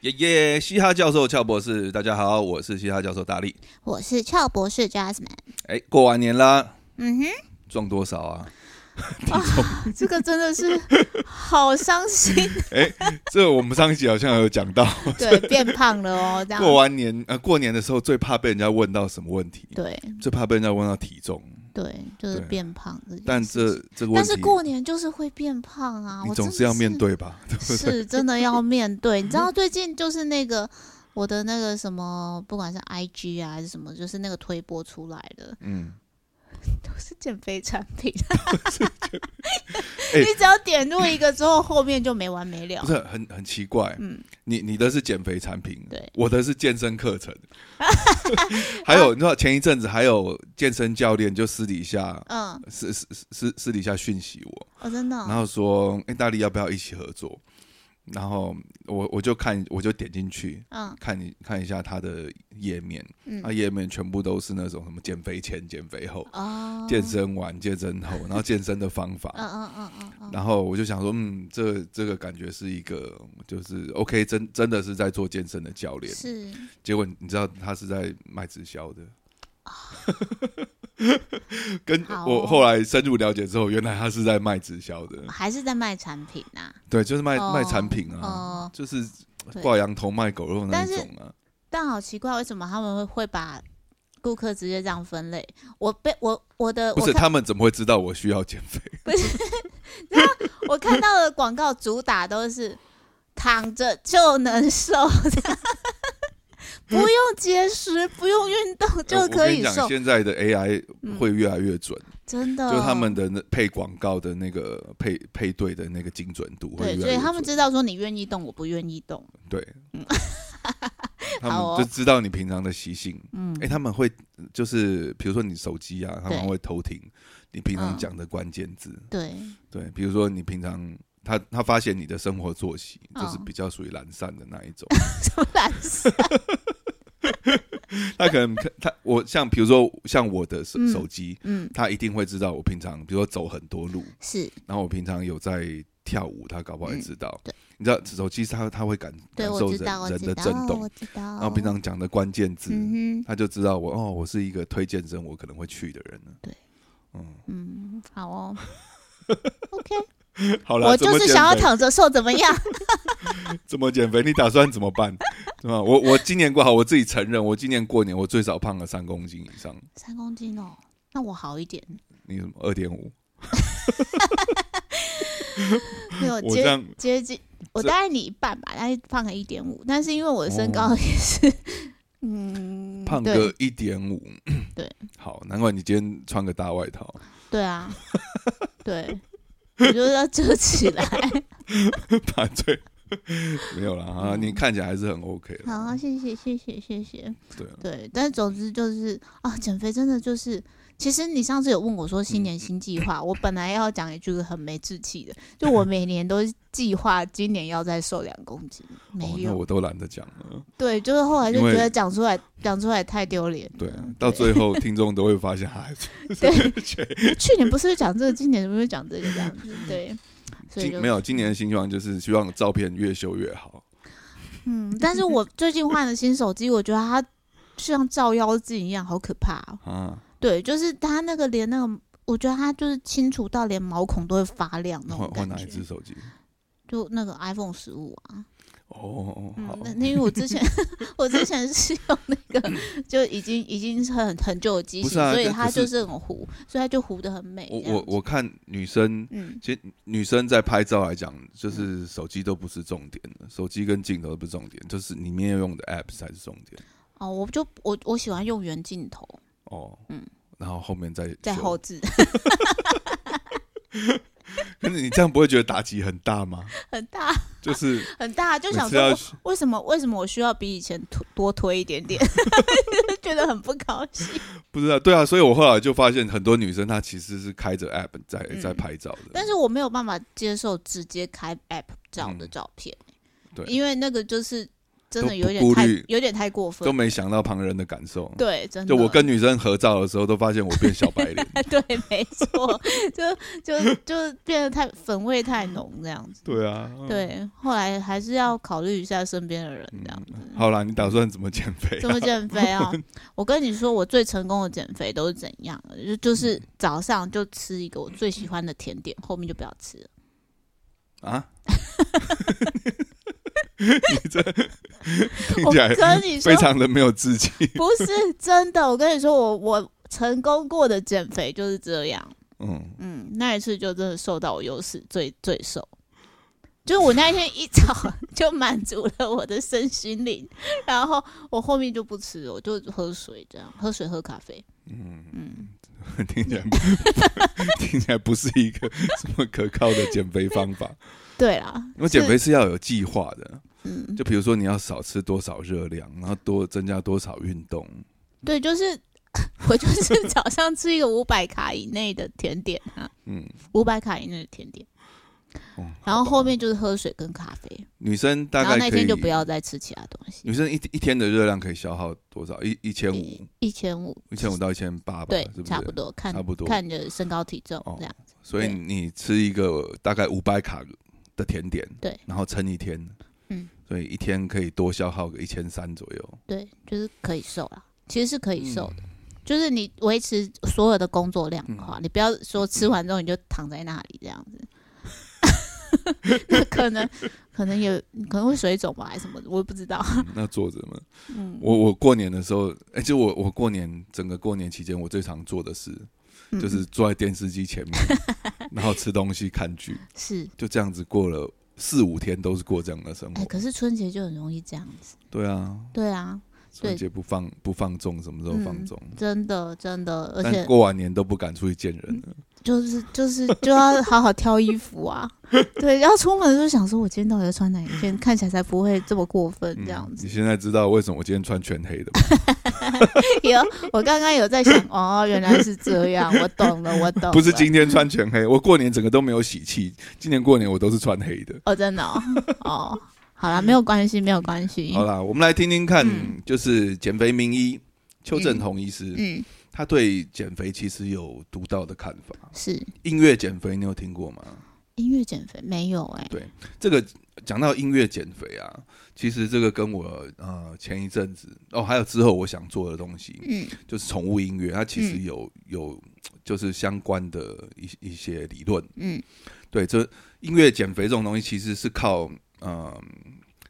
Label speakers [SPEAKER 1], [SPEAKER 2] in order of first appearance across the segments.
[SPEAKER 1] 耶哎耶！嘻哈教授俏博士，大家好，我是嘻哈教授大力。
[SPEAKER 2] 我是俏博士 Jasmine。
[SPEAKER 1] 哎，过完年啦，
[SPEAKER 2] 嗯哼，
[SPEAKER 1] 赚多少 啊？
[SPEAKER 2] 这个真的是好伤 心，
[SPEAKER 1] 这我们上一集好像有讲到，
[SPEAKER 2] 对，变胖了哦，这样
[SPEAKER 1] 过完年呃，过年的时候最怕被人家问到什么问题，
[SPEAKER 2] 对
[SPEAKER 1] 最怕被人家问到体重。
[SPEAKER 2] 对，就是
[SPEAKER 1] 对
[SPEAKER 2] 变胖这件
[SPEAKER 1] 但
[SPEAKER 2] 事
[SPEAKER 1] 这这
[SPEAKER 2] 情
[SPEAKER 1] 个问
[SPEAKER 2] 但
[SPEAKER 1] 题，
[SPEAKER 2] 是过年就是会变胖啊，
[SPEAKER 1] 你
[SPEAKER 2] 我
[SPEAKER 1] 总
[SPEAKER 2] 真的
[SPEAKER 1] 是要面对嗯吧？
[SPEAKER 2] 是，是真的要面对。你知道最近就是那个我的那个什么，不管是 IG 啊还是什么，就是那个推播出来的，
[SPEAKER 1] 嗯，
[SPEAKER 2] 是减肥产品。
[SPEAKER 1] 哎
[SPEAKER 2] 你只要点入一个之后，后面就没完没了
[SPEAKER 1] 不。是很很奇怪。
[SPEAKER 2] 嗯
[SPEAKER 1] 你你的是减肥产品，
[SPEAKER 2] 对
[SPEAKER 1] 我的是健身课 程。还有你知道前一阵子还有健身教练就私底下
[SPEAKER 2] 嗯，
[SPEAKER 1] 私私私私底下讯息我，
[SPEAKER 2] 哦，真的哦、
[SPEAKER 1] 然后说哎大力要不要一起合作？然后我我就看我就点进去
[SPEAKER 2] 嗯
[SPEAKER 1] 看你看一下他的页面，
[SPEAKER 2] 嗯
[SPEAKER 1] 他页面全部都是那种什么减肥前、减肥后、
[SPEAKER 2] 哦，
[SPEAKER 1] 健身完、健身后，然后健身的方法，
[SPEAKER 2] 嗯嗯嗯嗯嗯，
[SPEAKER 1] 然后我就想说，嗯，这这个感觉是一个，就是 OK，真真的是在做健身的教练。
[SPEAKER 2] 是
[SPEAKER 1] 结果你知道他是在卖直销的。 跟
[SPEAKER 2] 哦好哦
[SPEAKER 1] 我后来深入了解之后，原来他是在卖直销的，
[SPEAKER 2] 还是在卖产品啊？
[SPEAKER 1] 对，就是卖、
[SPEAKER 2] 哦
[SPEAKER 1] 卖产品嗯啊，
[SPEAKER 2] 哦，
[SPEAKER 1] 就是
[SPEAKER 2] 对
[SPEAKER 1] 挂羊头卖狗肉那
[SPEAKER 2] 但
[SPEAKER 1] 一
[SPEAKER 2] 是
[SPEAKER 1] 种啊。
[SPEAKER 2] 但好奇怪，为什么他们会会把顾客直接这样分类？我被我我的
[SPEAKER 1] 不
[SPEAKER 2] 我
[SPEAKER 1] 是
[SPEAKER 2] 看
[SPEAKER 1] 他们怎么会知道我需要减肥？
[SPEAKER 2] 我看到的广告主打都是躺着就能瘦 的。不用节食，不用运动就
[SPEAKER 1] 我
[SPEAKER 2] 可
[SPEAKER 1] 跟你
[SPEAKER 2] 以
[SPEAKER 1] 讲，
[SPEAKER 2] 瘦，
[SPEAKER 1] 现在的 AI
[SPEAKER 2] 嗯
[SPEAKER 1] 会越来越准，
[SPEAKER 2] 真的。
[SPEAKER 1] 就他们的那配广告的那个配配对的那个精准度会越来
[SPEAKER 2] 对，
[SPEAKER 1] 越
[SPEAKER 2] 所以他们
[SPEAKER 1] 准
[SPEAKER 2] 知道说你愿意动，我不愿意动。
[SPEAKER 1] 对， 他
[SPEAKER 2] 嗯好
[SPEAKER 1] 们
[SPEAKER 2] 哦
[SPEAKER 1] 就知道你平常的习性。
[SPEAKER 2] 嗯
[SPEAKER 1] 哎、他们会就是比如说你手机啊，他们
[SPEAKER 2] 对
[SPEAKER 1] 会偷听你平常
[SPEAKER 2] 嗯
[SPEAKER 1] 讲的关键字。
[SPEAKER 2] 对，
[SPEAKER 1] 对，比如说你平常他他发现你的生活作息就是
[SPEAKER 2] 嗯
[SPEAKER 1] 比较属于懒散的那一种，
[SPEAKER 2] 什么蓝色？
[SPEAKER 1] 他可能他我像比如说像我的手
[SPEAKER 2] 嗯
[SPEAKER 1] 手机，
[SPEAKER 2] 嗯，
[SPEAKER 1] 他一定会知道我平常比如说走很多路，
[SPEAKER 2] 是
[SPEAKER 1] 然后我平常有在。跳舞，他搞不好也
[SPEAKER 2] 嗯
[SPEAKER 1] 知道。
[SPEAKER 2] 对
[SPEAKER 1] 你知道手机它它会感
[SPEAKER 2] 对，
[SPEAKER 1] 感
[SPEAKER 2] 我
[SPEAKER 1] 受
[SPEAKER 2] 知
[SPEAKER 1] 人
[SPEAKER 2] 道，我
[SPEAKER 1] 人
[SPEAKER 2] 知
[SPEAKER 1] 的
[SPEAKER 2] 道
[SPEAKER 1] 震，动
[SPEAKER 2] 我，知道。
[SPEAKER 1] 然后平常讲的关键字，
[SPEAKER 2] 嗯哼，
[SPEAKER 1] 他就知道我哦，我是一个推荐生我可能会去的人了。
[SPEAKER 2] 对，
[SPEAKER 1] 嗯，
[SPEAKER 2] 嗯，好 哦。OK，
[SPEAKER 1] 好了，
[SPEAKER 2] 我就是想要躺着瘦，怎 么样？
[SPEAKER 1] 怎么减肥？你打算怎么办？对吧？我我今年过好，我自己承认，我今年过年我最少胖了三公斤以上，
[SPEAKER 2] 三公斤哦，那我好一点。
[SPEAKER 1] 你什么二点五？
[SPEAKER 2] 没有
[SPEAKER 1] 我这
[SPEAKER 2] 接
[SPEAKER 1] 样
[SPEAKER 2] 接近，我
[SPEAKER 1] 这
[SPEAKER 2] 大概你一半吧，大概胖个一点五，但是因为我的身高
[SPEAKER 1] 哦
[SPEAKER 2] 也是， 嗯，
[SPEAKER 1] 胖
[SPEAKER 2] 对
[SPEAKER 1] 个一点五，
[SPEAKER 2] 对，
[SPEAKER 1] 好，难怪你今天穿个大外套，
[SPEAKER 2] 对啊，对，我就是要遮起来。
[SPEAKER 1] 把最没有啦啊，
[SPEAKER 2] 嗯
[SPEAKER 1] 你看起来还是很 OK 的。
[SPEAKER 2] 好，谢谢，谢谢，谢谢。
[SPEAKER 1] 对啊，
[SPEAKER 2] 对，但总之就是啊，减肥真的就是，其实你上次有问我说
[SPEAKER 1] 嗯
[SPEAKER 2] 新年新计划，我本来要讲一句很没志气的，就我每年都计划今年要再瘦两公斤， 没
[SPEAKER 1] 哦，那
[SPEAKER 2] 有。
[SPEAKER 1] 我都懒得讲了。
[SPEAKER 2] 对，就是后来就
[SPEAKER 1] 因为
[SPEAKER 2] 觉得讲出来讲出来太丢脸了。
[SPEAKER 1] 对啊，到最 后听众都会发现，哎，
[SPEAKER 2] 去年不是讲这个，今年怎么会讲这个这样子？ 对，所以
[SPEAKER 1] 今
[SPEAKER 2] 就
[SPEAKER 1] 没有今年的新希望就是希望照片越修越好。
[SPEAKER 2] 嗯，但是我最近换了新手机，我觉得它像照妖镜一样，好可怕、哦。
[SPEAKER 1] 啊，
[SPEAKER 2] 对，就是它那个连那个，我觉得它就是清除到连毛孔都会发亮那
[SPEAKER 1] 换
[SPEAKER 2] 种
[SPEAKER 1] 换
[SPEAKER 2] 感
[SPEAKER 1] 哪一
[SPEAKER 2] 觉
[SPEAKER 1] 只。手机？
[SPEAKER 2] 就那个 iPhone 十五啊，
[SPEAKER 1] 哦，好
[SPEAKER 2] 嗯，，那那因为 我之前我之前是用那个，就已经已经是很很久的机
[SPEAKER 1] 不
[SPEAKER 2] 型，
[SPEAKER 1] 是啊
[SPEAKER 2] 所以
[SPEAKER 1] 可
[SPEAKER 2] 它
[SPEAKER 1] 可是
[SPEAKER 2] 就是很糊，所以它就糊的很美。
[SPEAKER 1] 我
[SPEAKER 2] 这样
[SPEAKER 1] 我我看女生，
[SPEAKER 2] 嗯，
[SPEAKER 1] 其实女生在拍照来讲，就是手机都不是重点了，手机跟镜头都不是重点，就是里面要用的 app 才是重点。
[SPEAKER 2] 哦，我就我我喜欢用圆镜头，
[SPEAKER 1] 哦，
[SPEAKER 2] 嗯
[SPEAKER 1] 然后后面再
[SPEAKER 2] 在
[SPEAKER 1] 修
[SPEAKER 2] 后，置
[SPEAKER 1] 可是你这样不会觉得打击很大吗？
[SPEAKER 2] 很大
[SPEAKER 1] 就是
[SPEAKER 2] 很大，啊就
[SPEAKER 1] 每
[SPEAKER 2] 想
[SPEAKER 1] 次要
[SPEAKER 2] 说为什么为什么我需要比以前推多推一点点， 觉得很不高兴。
[SPEAKER 1] 不知道对啊，所以我后来就发现很多女生她其实是开着 app 在
[SPEAKER 2] 嗯
[SPEAKER 1] 在拍照的，
[SPEAKER 2] 但是我没有办
[SPEAKER 1] 嗯
[SPEAKER 2] 法接受直接开 App 照的照片，
[SPEAKER 1] 对
[SPEAKER 2] 因为那个就是。真的
[SPEAKER 1] 都
[SPEAKER 2] 有
[SPEAKER 1] 不
[SPEAKER 2] 点
[SPEAKER 1] 顾
[SPEAKER 2] 太
[SPEAKER 1] 虑
[SPEAKER 2] 有点太过
[SPEAKER 1] 都
[SPEAKER 2] 分。
[SPEAKER 1] 没想到旁人的感受。
[SPEAKER 2] 对，真的。
[SPEAKER 1] 就我跟女生合照的时候，都发现我变小白脸。
[SPEAKER 2] 对，没错，就就就变得太粉味太浓这样子。
[SPEAKER 1] 对 啊，嗯，
[SPEAKER 2] 对，后来还是要考虑一下身边的人这样子。
[SPEAKER 1] 好啦，你打算怎么减肥、
[SPEAKER 2] 怎
[SPEAKER 1] 啊？
[SPEAKER 2] 么减肥啊？我跟你说，我最成功的减肥都是怎样的？就
[SPEAKER 1] 嗯
[SPEAKER 2] 就是早上就吃一个我最喜欢的甜点，后面就不要吃了。
[SPEAKER 1] 啊？你这听
[SPEAKER 2] 我
[SPEAKER 1] 起来
[SPEAKER 2] 跟你说
[SPEAKER 1] 非，常的没有志气。
[SPEAKER 2] 不是真的。我跟你说，我我成功过的减肥就是这样。
[SPEAKER 1] 嗯，
[SPEAKER 2] 嗯，那一次就真的受到我优势最最瘦，就是我那一天一早 就满足了我的身心灵，然后我后面就不吃了，我就喝水这样，喝水喝咖啡。
[SPEAKER 1] 嗯
[SPEAKER 2] 嗯
[SPEAKER 1] 听起来听起来不是一个什么可靠的减肥方 法。
[SPEAKER 2] 对啦，
[SPEAKER 1] 因为减
[SPEAKER 2] 是
[SPEAKER 1] 肥是要有计划的，
[SPEAKER 2] 嗯，
[SPEAKER 1] 就比如说你要少吃多少热量，然后多增加多少运动。
[SPEAKER 2] 对，就是 我就是早上吃一个五百卡以内的甜点啊，
[SPEAKER 1] 嗯，
[SPEAKER 2] 五百卡以内的甜点，
[SPEAKER 1] 哦
[SPEAKER 2] 然后后面就是喝水跟咖啡，
[SPEAKER 1] 女生大
[SPEAKER 2] 然后
[SPEAKER 1] 概
[SPEAKER 2] 那
[SPEAKER 1] 可以
[SPEAKER 2] 天就不要再吃其他东西。
[SPEAKER 1] 女生一一天的热量可以消耗多少？一一千五，
[SPEAKER 2] 一千五，
[SPEAKER 1] 一千五到一千八吧，
[SPEAKER 2] 对
[SPEAKER 1] 是，不
[SPEAKER 2] 差不
[SPEAKER 1] 是？
[SPEAKER 2] 多，看
[SPEAKER 1] 差不多
[SPEAKER 2] 看你的身高体重
[SPEAKER 1] 哦
[SPEAKER 2] 这样。
[SPEAKER 1] 所以
[SPEAKER 2] 对
[SPEAKER 1] 你吃一个大概五百卡的甜点，
[SPEAKER 2] 对，
[SPEAKER 1] 然后撑一天，
[SPEAKER 2] 嗯，
[SPEAKER 1] 所以一天可以多消耗个一千三左右。
[SPEAKER 2] 对，就是可以瘦啦，其实是可以瘦的，
[SPEAKER 1] 嗯
[SPEAKER 2] 就是你维持所有的工作量的话，你不要
[SPEAKER 1] 嗯
[SPEAKER 2] 说吃完之后你就躺在那里这样子， 那可能可能有可能会水肿吧，还是什么的，我也不知道。
[SPEAKER 1] 嗯那坐着嘛，
[SPEAKER 2] 嗯，
[SPEAKER 1] 我我过年的时候，哎、就我我过年整个过年期间，我最常做的事
[SPEAKER 2] 嗯
[SPEAKER 1] 就是坐在电视机 前面，然后吃东西看剧，
[SPEAKER 2] 是，
[SPEAKER 1] 就这样子过了四五天，都是过这样的生
[SPEAKER 2] 哎、
[SPEAKER 1] 活。
[SPEAKER 2] 可是春节就很容易这样子，
[SPEAKER 1] 对啊，
[SPEAKER 2] 对啊，
[SPEAKER 1] 春节不放不放纵，什么时候放纵？
[SPEAKER 2] 真的真的，而
[SPEAKER 1] 但
[SPEAKER 2] 且
[SPEAKER 1] 过完年都不敢出去见人了。
[SPEAKER 2] 就是就是就要好好挑衣服啊， 对，要出门的时候想说，我今天到底要穿哪一件，看起来才不会这么过分这样
[SPEAKER 1] 嗯
[SPEAKER 2] 子
[SPEAKER 1] 你。现在知道为什么我今天穿全黑的吗？
[SPEAKER 2] 有，我刚刚有在 想，哦，原来是这样，我懂了，我懂了。
[SPEAKER 1] 不是今天穿全黑，我 过年整个都没有喜气。今年过年我都是穿黑的。
[SPEAKER 2] 哦，真的哦，哦，好啦，没有关系，没有关系。
[SPEAKER 1] 好啦，我们来听听看，
[SPEAKER 2] 嗯
[SPEAKER 1] 就是减肥名医邱正宏医师，
[SPEAKER 2] 嗯，
[SPEAKER 1] 他对减肥其实有独到的看法。
[SPEAKER 2] 是
[SPEAKER 1] 音乐减肥，你有听过吗？
[SPEAKER 2] 音乐减肥没有哎、
[SPEAKER 1] 对这个讲到音乐减肥啊，其实这个跟我呃前一阵子哦，还有之后我想做的东西，
[SPEAKER 2] 嗯
[SPEAKER 1] 就是宠物音乐，它其实
[SPEAKER 2] 嗯
[SPEAKER 1] 有、有就是相关的一一些理论。
[SPEAKER 2] 嗯
[SPEAKER 1] 对，这音乐减肥这种东西其实是靠嗯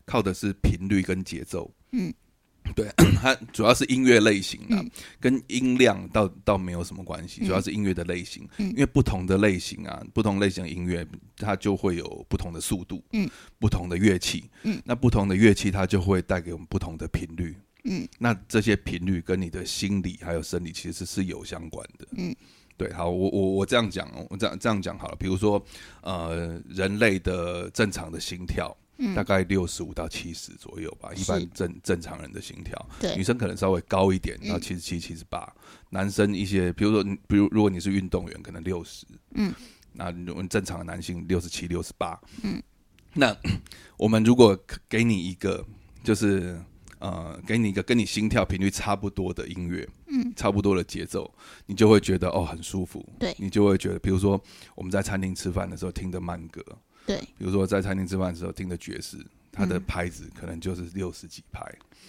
[SPEAKER 1] 靠的是频率跟节奏。
[SPEAKER 2] 嗯，
[SPEAKER 1] 对，它主要是音乐类型啊，
[SPEAKER 2] 嗯
[SPEAKER 1] 跟音量倒倒没有什么关系，
[SPEAKER 2] 嗯
[SPEAKER 1] 主要是音乐的类型。
[SPEAKER 2] 嗯
[SPEAKER 1] 因为不同的类型啊，不同类型的音乐它就会有不同的速度，
[SPEAKER 2] 嗯，
[SPEAKER 1] 不同的乐器，
[SPEAKER 2] 嗯，
[SPEAKER 1] 那不同的乐器它就会带给我们不同的频率。
[SPEAKER 2] 嗯，
[SPEAKER 1] 那这些频率跟你的心理还有生理其实是有相关的。
[SPEAKER 2] 嗯，
[SPEAKER 1] 对，好，我我我这样讲，我这样这样讲好了。比如说，呃，人类的正常的心跳大
[SPEAKER 2] 嗯，
[SPEAKER 1] 概六十五到七十左右吧，一
[SPEAKER 2] 是
[SPEAKER 1] 般正正常人的心跳，女
[SPEAKER 2] 对，
[SPEAKER 1] 生可能稍微高一点，到
[SPEAKER 2] 嗯
[SPEAKER 1] 七十七、七十八。男生一些，比如说你，比如如果你是运动员，可能六十，
[SPEAKER 2] 嗯，
[SPEAKER 1] 那如果正常的男性六十七、六十八，
[SPEAKER 2] 嗯，
[SPEAKER 1] 那我们如果给你一个，就是呃，给你一个跟你心跳频率差不多的音乐，
[SPEAKER 2] 嗯，
[SPEAKER 1] 差不多的节奏，你就会觉得哦很舒服，
[SPEAKER 2] 对
[SPEAKER 1] 你就会觉得，比如说我们在餐厅吃饭的时候听的慢歌，
[SPEAKER 2] 对
[SPEAKER 1] 比如说在餐厅吃饭的时候听的爵士，它的
[SPEAKER 2] 嗯
[SPEAKER 1] 拍子可能就是六十几拍，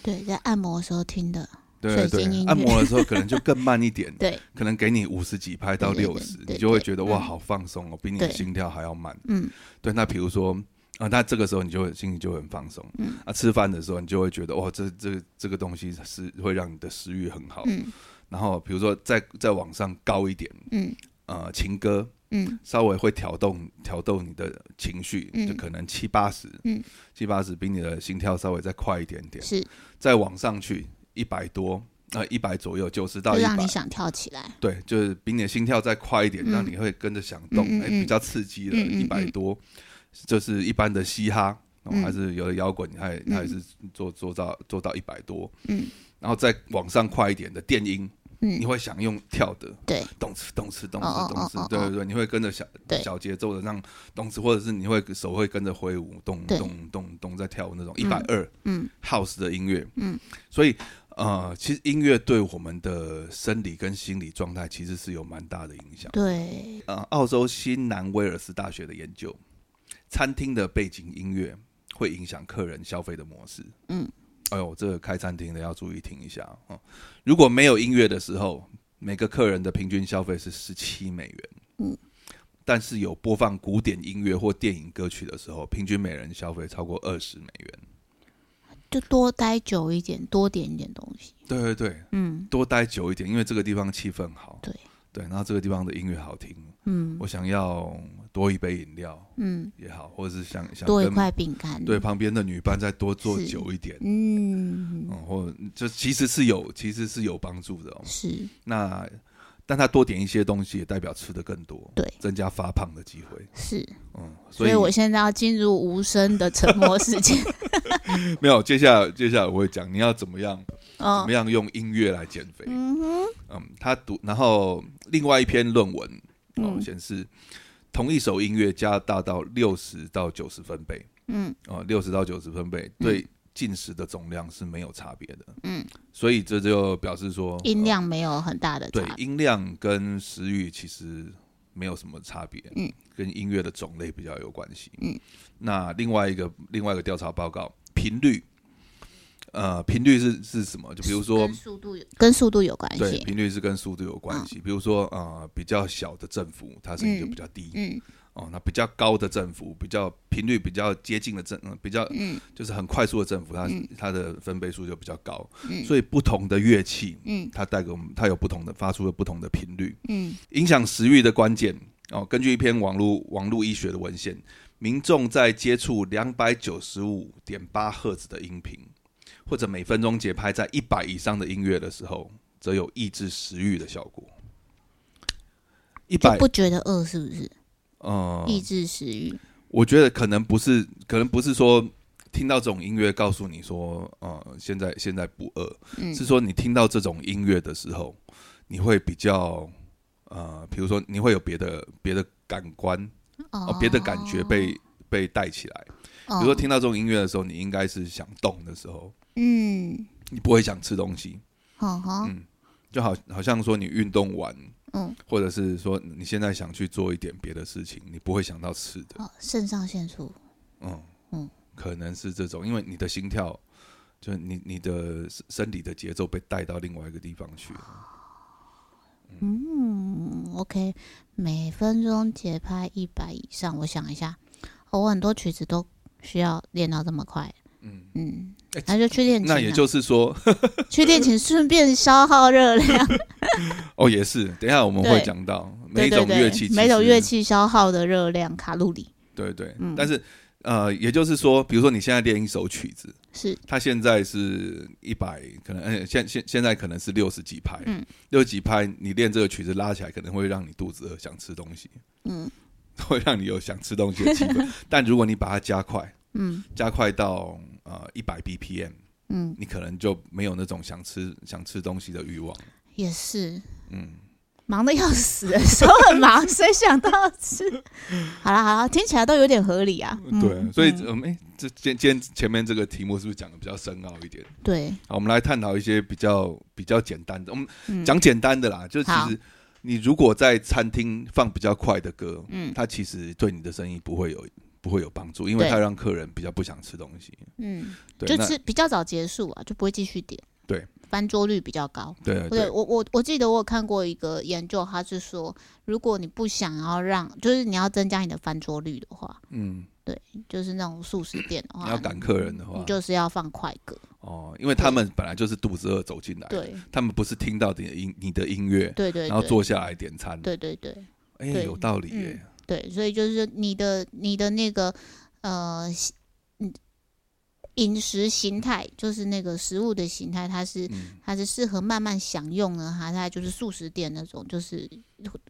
[SPEAKER 2] 对，在按摩的时候听的，
[SPEAKER 1] 对
[SPEAKER 2] 水
[SPEAKER 1] 对
[SPEAKER 2] 晶音
[SPEAKER 1] 对，
[SPEAKER 2] 乐，
[SPEAKER 1] 按摩的时候可能就更慢一点
[SPEAKER 2] 对，
[SPEAKER 1] 可能给你五十几拍到
[SPEAKER 2] 对
[SPEAKER 1] 六
[SPEAKER 2] 对
[SPEAKER 1] 十，
[SPEAKER 2] 对
[SPEAKER 1] 你就会
[SPEAKER 2] 对
[SPEAKER 1] 觉得
[SPEAKER 2] 嗯
[SPEAKER 1] 哇好放松哦，比你的
[SPEAKER 2] 对
[SPEAKER 1] 心跳还要慢。
[SPEAKER 2] 嗯
[SPEAKER 1] 对，那比如说啊，那这个时候你就会心情就会很放松
[SPEAKER 2] 嗯。
[SPEAKER 1] 啊，吃饭的时候你就会觉得哇，这这这个东西是会让你的食欲很好。
[SPEAKER 2] 嗯
[SPEAKER 1] 然后比如说再再往上高一点，
[SPEAKER 2] 嗯
[SPEAKER 1] 呃，情歌，
[SPEAKER 2] 嗯
[SPEAKER 1] 稍微会挑动挑动你的情绪，
[SPEAKER 2] 嗯
[SPEAKER 1] 就可能七八十，
[SPEAKER 2] 嗯
[SPEAKER 1] 七八十比你的心跳稍微再快一点点，
[SPEAKER 2] 是，
[SPEAKER 1] 再往上去一百多，呃，一百左右，九十
[SPEAKER 2] 就
[SPEAKER 1] 到一
[SPEAKER 2] 让
[SPEAKER 1] 百
[SPEAKER 2] 你，想跳起来，
[SPEAKER 1] 对，就是比你的心跳再快一点，
[SPEAKER 2] 嗯
[SPEAKER 1] 让你会跟着想动，
[SPEAKER 2] 嗯嗯
[SPEAKER 1] 哎、
[SPEAKER 2] 嗯
[SPEAKER 1] 比较刺激了，
[SPEAKER 2] 嗯嗯
[SPEAKER 1] 一百、多，就是一般的嘻哈，哦
[SPEAKER 2] 嗯
[SPEAKER 1] 还是有的摇滚，它也它也是做做到做到一百多，
[SPEAKER 2] 嗯
[SPEAKER 1] 然后再往上快一点的电音，
[SPEAKER 2] 嗯
[SPEAKER 1] 你，会想用跳的，
[SPEAKER 2] 对，
[SPEAKER 1] 动次动次动
[SPEAKER 2] 哦哦
[SPEAKER 1] 次动次
[SPEAKER 2] 哦哦，
[SPEAKER 1] 对
[SPEAKER 2] 哦
[SPEAKER 1] 对对，你会跟着小
[SPEAKER 2] 对
[SPEAKER 1] 小节奏的让动次，或者是你会手会跟着挥舞，动
[SPEAKER 2] 对
[SPEAKER 1] 动动动在跳舞那种一百二
[SPEAKER 2] 嗯
[SPEAKER 1] house 的音乐，
[SPEAKER 2] 嗯，
[SPEAKER 1] 所以呃，其实音乐对我们的生理跟心理状态其实是有蛮大的影响。
[SPEAKER 2] 对，
[SPEAKER 1] 呃，澳洲新南威尔斯大学的研究，餐厅的背景音乐会影响客人消费的模式。
[SPEAKER 2] 嗯，
[SPEAKER 1] 哎呦，这个开餐厅的要注意听一下哦。如果没有音乐的时候，每个客人的平均消费是十七美元。
[SPEAKER 2] 嗯，
[SPEAKER 1] 但是有播放古典音乐或电影歌曲的时候，平均每人消费超过二十美元。
[SPEAKER 2] 就多待久一点，多点一点东西。
[SPEAKER 1] 对对对，
[SPEAKER 2] 嗯
[SPEAKER 1] 多待久一点，因为这个地方气氛好。
[SPEAKER 2] 对
[SPEAKER 1] 对，然后这个地方的音乐好听，
[SPEAKER 2] 嗯
[SPEAKER 1] 我想要多一杯饮料
[SPEAKER 2] 嗯，
[SPEAKER 1] 也好，或者是想想
[SPEAKER 2] 多一
[SPEAKER 1] 跟
[SPEAKER 2] 块饼干。
[SPEAKER 1] 对，旁边的女伴再多坐
[SPEAKER 2] 是
[SPEAKER 1] 久一点，
[SPEAKER 2] 嗯，
[SPEAKER 1] 嗯，或就其实是有，其实是有帮助的、哦。
[SPEAKER 2] 是
[SPEAKER 1] 那但他多点一些东西，也代表吃的更多，
[SPEAKER 2] 对
[SPEAKER 1] 增加发胖的机会。
[SPEAKER 2] 是，
[SPEAKER 1] 嗯，
[SPEAKER 2] 所以我现在要进入无声的沉默 时间。
[SPEAKER 1] 没有，接下来接下来我会讲你要怎么样、怎
[SPEAKER 2] 嗯
[SPEAKER 1] 么样用音乐来减肥。
[SPEAKER 2] 嗯哼，
[SPEAKER 1] 嗯，他读，然后另外一篇论文哦
[SPEAKER 2] 嗯
[SPEAKER 1] 显示，同一首音乐加大到六十到九十分贝，
[SPEAKER 2] 嗯
[SPEAKER 1] 哦，六十到九十分贝对进食的总量是没有差别的，
[SPEAKER 2] 嗯，
[SPEAKER 1] 所以这就表示说呃
[SPEAKER 2] 音量没有很大的
[SPEAKER 1] 对
[SPEAKER 2] 差别。
[SPEAKER 1] 音量跟食欲其实没有什么差别，
[SPEAKER 2] 嗯，
[SPEAKER 1] 跟音乐的种类比较有关系，
[SPEAKER 2] 嗯。
[SPEAKER 1] 那另外一个另外一个调查报告，频率，呃，频率是是什么？就比如说
[SPEAKER 2] 跟。速度有跟速度有关
[SPEAKER 1] 对，
[SPEAKER 2] 系。嗯
[SPEAKER 1] 频率是跟速度有关系。比如说，呃，比较小的振幅，它声音就比较低、
[SPEAKER 2] 嗯
[SPEAKER 1] 哦。那比较高的振幅，比较频率比较接近的振，嗯比较
[SPEAKER 2] 嗯
[SPEAKER 1] 就是很快速的振幅，它、
[SPEAKER 2] 嗯
[SPEAKER 1] 它的分贝数就比较高。
[SPEAKER 2] 嗯
[SPEAKER 1] 所以不同的乐器，
[SPEAKER 2] 嗯
[SPEAKER 1] 它带给我们，它有不同的发出了不同的频率，
[SPEAKER 2] 嗯
[SPEAKER 1] 影响食欲的关键哦。根据一篇网络网络医学的文献，民众在接触两百九十五点八赫兹的音频，或者每分钟节拍在一百以上的音乐的时候，则有抑制食欲的效果。一
[SPEAKER 2] 就
[SPEAKER 1] 百
[SPEAKER 2] 不觉得饿是不是？
[SPEAKER 1] 呃，
[SPEAKER 2] 抑制食欲。
[SPEAKER 1] 我觉得可能不是，可能不是说听到这种音乐告诉你说，呃，现在现在不饿，
[SPEAKER 2] 嗯
[SPEAKER 1] 是说你听到这种音乐的时候，你会比较呃，比如说你会有别的别的感官哦，别的感觉被、被带起来。
[SPEAKER 2] 比
[SPEAKER 1] 比如说听到这种音乐的时候，你应该是想动的时候，
[SPEAKER 2] 嗯，
[SPEAKER 1] 你不会想吃东西，
[SPEAKER 2] 好好
[SPEAKER 1] 嗯就好好像说你运动完，
[SPEAKER 2] 嗯
[SPEAKER 1] 或者是说你现在想去做一点别的事情，你不会想到吃的。
[SPEAKER 2] 哦，肾上腺素
[SPEAKER 1] 嗯，
[SPEAKER 2] 嗯
[SPEAKER 1] 嗯，可能是这种，因为你的心跳，就是你你的身身体的节奏被带到另外一个地方去。
[SPEAKER 2] 嗯，OK，每分钟节拍一百以上，我想一下，哦我很多曲子都需要练到这么快，
[SPEAKER 1] 嗯，
[SPEAKER 2] 嗯
[SPEAKER 1] 哎，
[SPEAKER 2] 那就去练琴啊，
[SPEAKER 1] 那也就是说，
[SPEAKER 2] 去练琴，顺便消耗热 量，
[SPEAKER 1] 哦，也是，等一下我们会
[SPEAKER 2] 对
[SPEAKER 1] 讲到每
[SPEAKER 2] 对
[SPEAKER 1] 一
[SPEAKER 2] 对
[SPEAKER 1] 种乐
[SPEAKER 2] 对
[SPEAKER 1] 器，，
[SPEAKER 2] 每种乐，器消耗的热量卡路里
[SPEAKER 1] 对对
[SPEAKER 2] 嗯，
[SPEAKER 1] 但是。呃，也就是说，比如说你现在练一首曲子，
[SPEAKER 2] 是
[SPEAKER 1] 它现在是一百，可能，呃，现现现在可能是六十几拍，
[SPEAKER 2] 嗯
[SPEAKER 1] 六十几拍，你练这个曲子拉起来，可能会让你肚子饿，想吃东西，
[SPEAKER 2] 嗯
[SPEAKER 1] 会让你有想吃东西的气氛。但如果你把它加快，
[SPEAKER 2] 嗯
[SPEAKER 1] 加快到呃一百 BPM，
[SPEAKER 2] 嗯，
[SPEAKER 1] 你可能就没有那种想吃想吃东西的欲望。
[SPEAKER 2] 也是
[SPEAKER 1] 嗯，
[SPEAKER 2] 忙的要死， 手很忙，谁想到吃？ 好啦好啦，听起来都有点合理啊，嗯
[SPEAKER 1] 对，所以
[SPEAKER 2] 嗯
[SPEAKER 1] 我们、诶这今今天前面这个题目是不是讲的比较深奥一点？
[SPEAKER 2] 对，
[SPEAKER 1] 好，我们来探讨一些比较比较简单的，我们
[SPEAKER 2] 嗯
[SPEAKER 1] 讲简单的啦，就是
[SPEAKER 2] 好
[SPEAKER 1] 其实。你如果在餐厅放比较快的歌，
[SPEAKER 2] 嗯
[SPEAKER 1] 它其实对你的生意不会有不会有帮助，因为
[SPEAKER 2] 对
[SPEAKER 1] 它会让客人比较不想吃东西。
[SPEAKER 2] 嗯，
[SPEAKER 1] 对，
[SPEAKER 2] 就
[SPEAKER 1] 那
[SPEAKER 2] 是比较早结束啊，就不会继续点，
[SPEAKER 1] 对，
[SPEAKER 2] 翻桌率比较高。
[SPEAKER 1] 对对
[SPEAKER 2] 对
[SPEAKER 1] 对
[SPEAKER 2] 我我我记得我有看过一个研究，他是说，如果你不想要让，就是你要增加你的翻桌率的话，
[SPEAKER 1] 嗯，
[SPEAKER 2] 就是那种素食店的
[SPEAKER 1] 你
[SPEAKER 2] 话，
[SPEAKER 1] 要赶客人的话
[SPEAKER 2] 你，就是要放快歌。
[SPEAKER 1] 哦，因为他们本来就是肚子饿走进来，
[SPEAKER 2] 对
[SPEAKER 1] 他们不是听到你的音你的音乐，
[SPEAKER 2] 对对
[SPEAKER 1] 哎然后
[SPEAKER 2] 对，
[SPEAKER 1] 坐下来点餐，
[SPEAKER 2] 对对对
[SPEAKER 1] 哎，
[SPEAKER 2] 对
[SPEAKER 1] 有道理耶。
[SPEAKER 2] 对，所以就是你的你的那个呃，西嗯，饮食形态，就是那个食物的形态，它是
[SPEAKER 1] 嗯，
[SPEAKER 2] 它是适合慢慢享用呢，还是它就是素食店那种，就是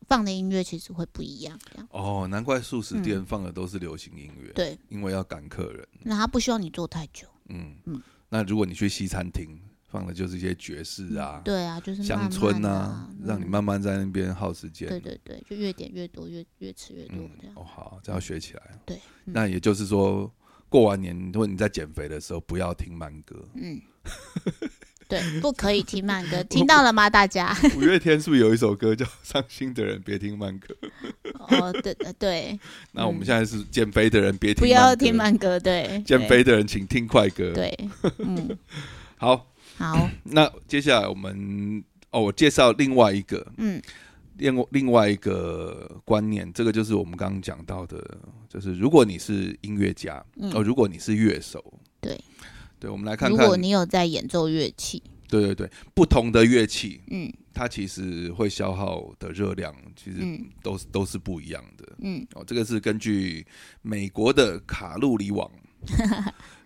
[SPEAKER 2] 放的音乐其实会不一样。这样
[SPEAKER 1] 哦，难怪素食店放的都是流行音乐，
[SPEAKER 2] 嗯对，
[SPEAKER 1] 因为要赶客人。
[SPEAKER 2] 那它不需要你做太久。
[SPEAKER 1] 嗯
[SPEAKER 2] 嗯
[SPEAKER 1] 那如果你去西餐厅，放的就是一些爵士啊、
[SPEAKER 2] 对啊，就是慢
[SPEAKER 1] 乡
[SPEAKER 2] 慢
[SPEAKER 1] 村
[SPEAKER 2] 啊
[SPEAKER 1] 啊，，让你
[SPEAKER 2] 嗯
[SPEAKER 1] 慢慢在那边耗时间。
[SPEAKER 2] 对对对，就越点越多，越越吃越多这样。
[SPEAKER 1] 哦，好，这要学起来。
[SPEAKER 2] 对，嗯
[SPEAKER 1] 那也就是说，过完年，如果你在减肥的时候，不要听慢歌。
[SPEAKER 2] 嗯，对，不可以听慢歌，听到了吗？大家？
[SPEAKER 1] 五月天是不是有一首歌叫《伤心的人别听慢歌》？
[SPEAKER 2] 哦，对呃对，
[SPEAKER 1] 那我们现在是减肥的人别听，
[SPEAKER 2] 嗯不要听，慢歌，对，
[SPEAKER 1] 减肥的人请听快歌。，
[SPEAKER 2] 对，对，嗯，
[SPEAKER 1] 好，
[SPEAKER 2] 好，
[SPEAKER 1] 那接下来我们哦，我介绍另外一个，
[SPEAKER 2] 嗯
[SPEAKER 1] 另另外一个观念，这个就是我们刚刚讲到的，就是如果你是音乐家，
[SPEAKER 2] 嗯
[SPEAKER 1] 哦，，如果你是乐手，
[SPEAKER 2] 对，
[SPEAKER 1] 对，我们来看
[SPEAKER 2] 如
[SPEAKER 1] 看
[SPEAKER 2] 果，你有在演奏乐器，
[SPEAKER 1] 对对对，不同的乐器，
[SPEAKER 2] 嗯
[SPEAKER 1] 它其实会消耗的热量，其实
[SPEAKER 2] 嗯
[SPEAKER 1] 都是、都是不一样的。
[SPEAKER 2] 嗯，
[SPEAKER 1] 哦，这个是根据美国的卡路里 网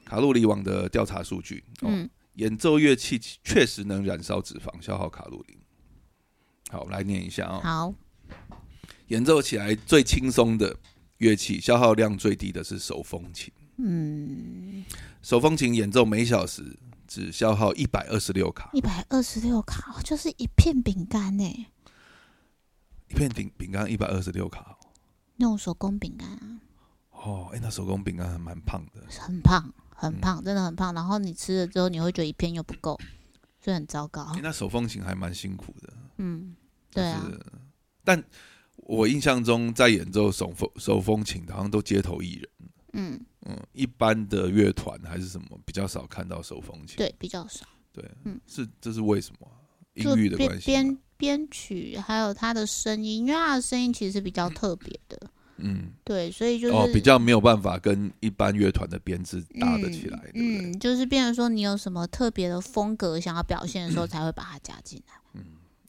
[SPEAKER 1] 卡路里网的调查数据。哦、
[SPEAKER 2] 嗯，
[SPEAKER 1] 演奏乐器确实能燃烧脂肪，消耗卡路里。好，我来念一下啊、
[SPEAKER 2] 好，
[SPEAKER 1] 演奏起来最轻松的乐器，消耗量最低的是手风琴。
[SPEAKER 2] 嗯，
[SPEAKER 1] 手风琴演奏每小时只消耗一百二十六卡，
[SPEAKER 2] 一百二十六卡哦就是一片饼干呢，
[SPEAKER 1] 一片饼饼干一百二十六卡
[SPEAKER 2] 那种手工饼干啊，
[SPEAKER 1] 哦。哎、那手工饼干还蛮胖的。
[SPEAKER 2] 很胖，很
[SPEAKER 1] 嗯
[SPEAKER 2] 胖，真的很胖。然后你吃了之后，你会觉得一片又不够，所以很糟糕
[SPEAKER 1] 哎、。那手风琴还蛮辛苦的。
[SPEAKER 2] 嗯，对啊，
[SPEAKER 1] 就是但我印象中，在演奏手风手风琴的，好像都街头艺人。
[SPEAKER 2] 嗯，
[SPEAKER 1] 嗯，一般的乐团还是什么比较少看到手风琴。
[SPEAKER 2] 对，比较少。
[SPEAKER 1] 对，
[SPEAKER 2] 嗯
[SPEAKER 1] 是这是为什么啊？音
[SPEAKER 2] 就
[SPEAKER 1] 域的
[SPEAKER 2] 编
[SPEAKER 1] 关系吗。
[SPEAKER 2] 编编曲还有他的声音，因为他的声音其实比较特别的，
[SPEAKER 1] 嗯，
[SPEAKER 2] 对，所以就是、
[SPEAKER 1] 哦，比较没有办法跟一般乐团的编制搭得起来，对不对？
[SPEAKER 2] 嗯，就是变成说你有什么特别的风格想要表现的 时候，才会把它加进来。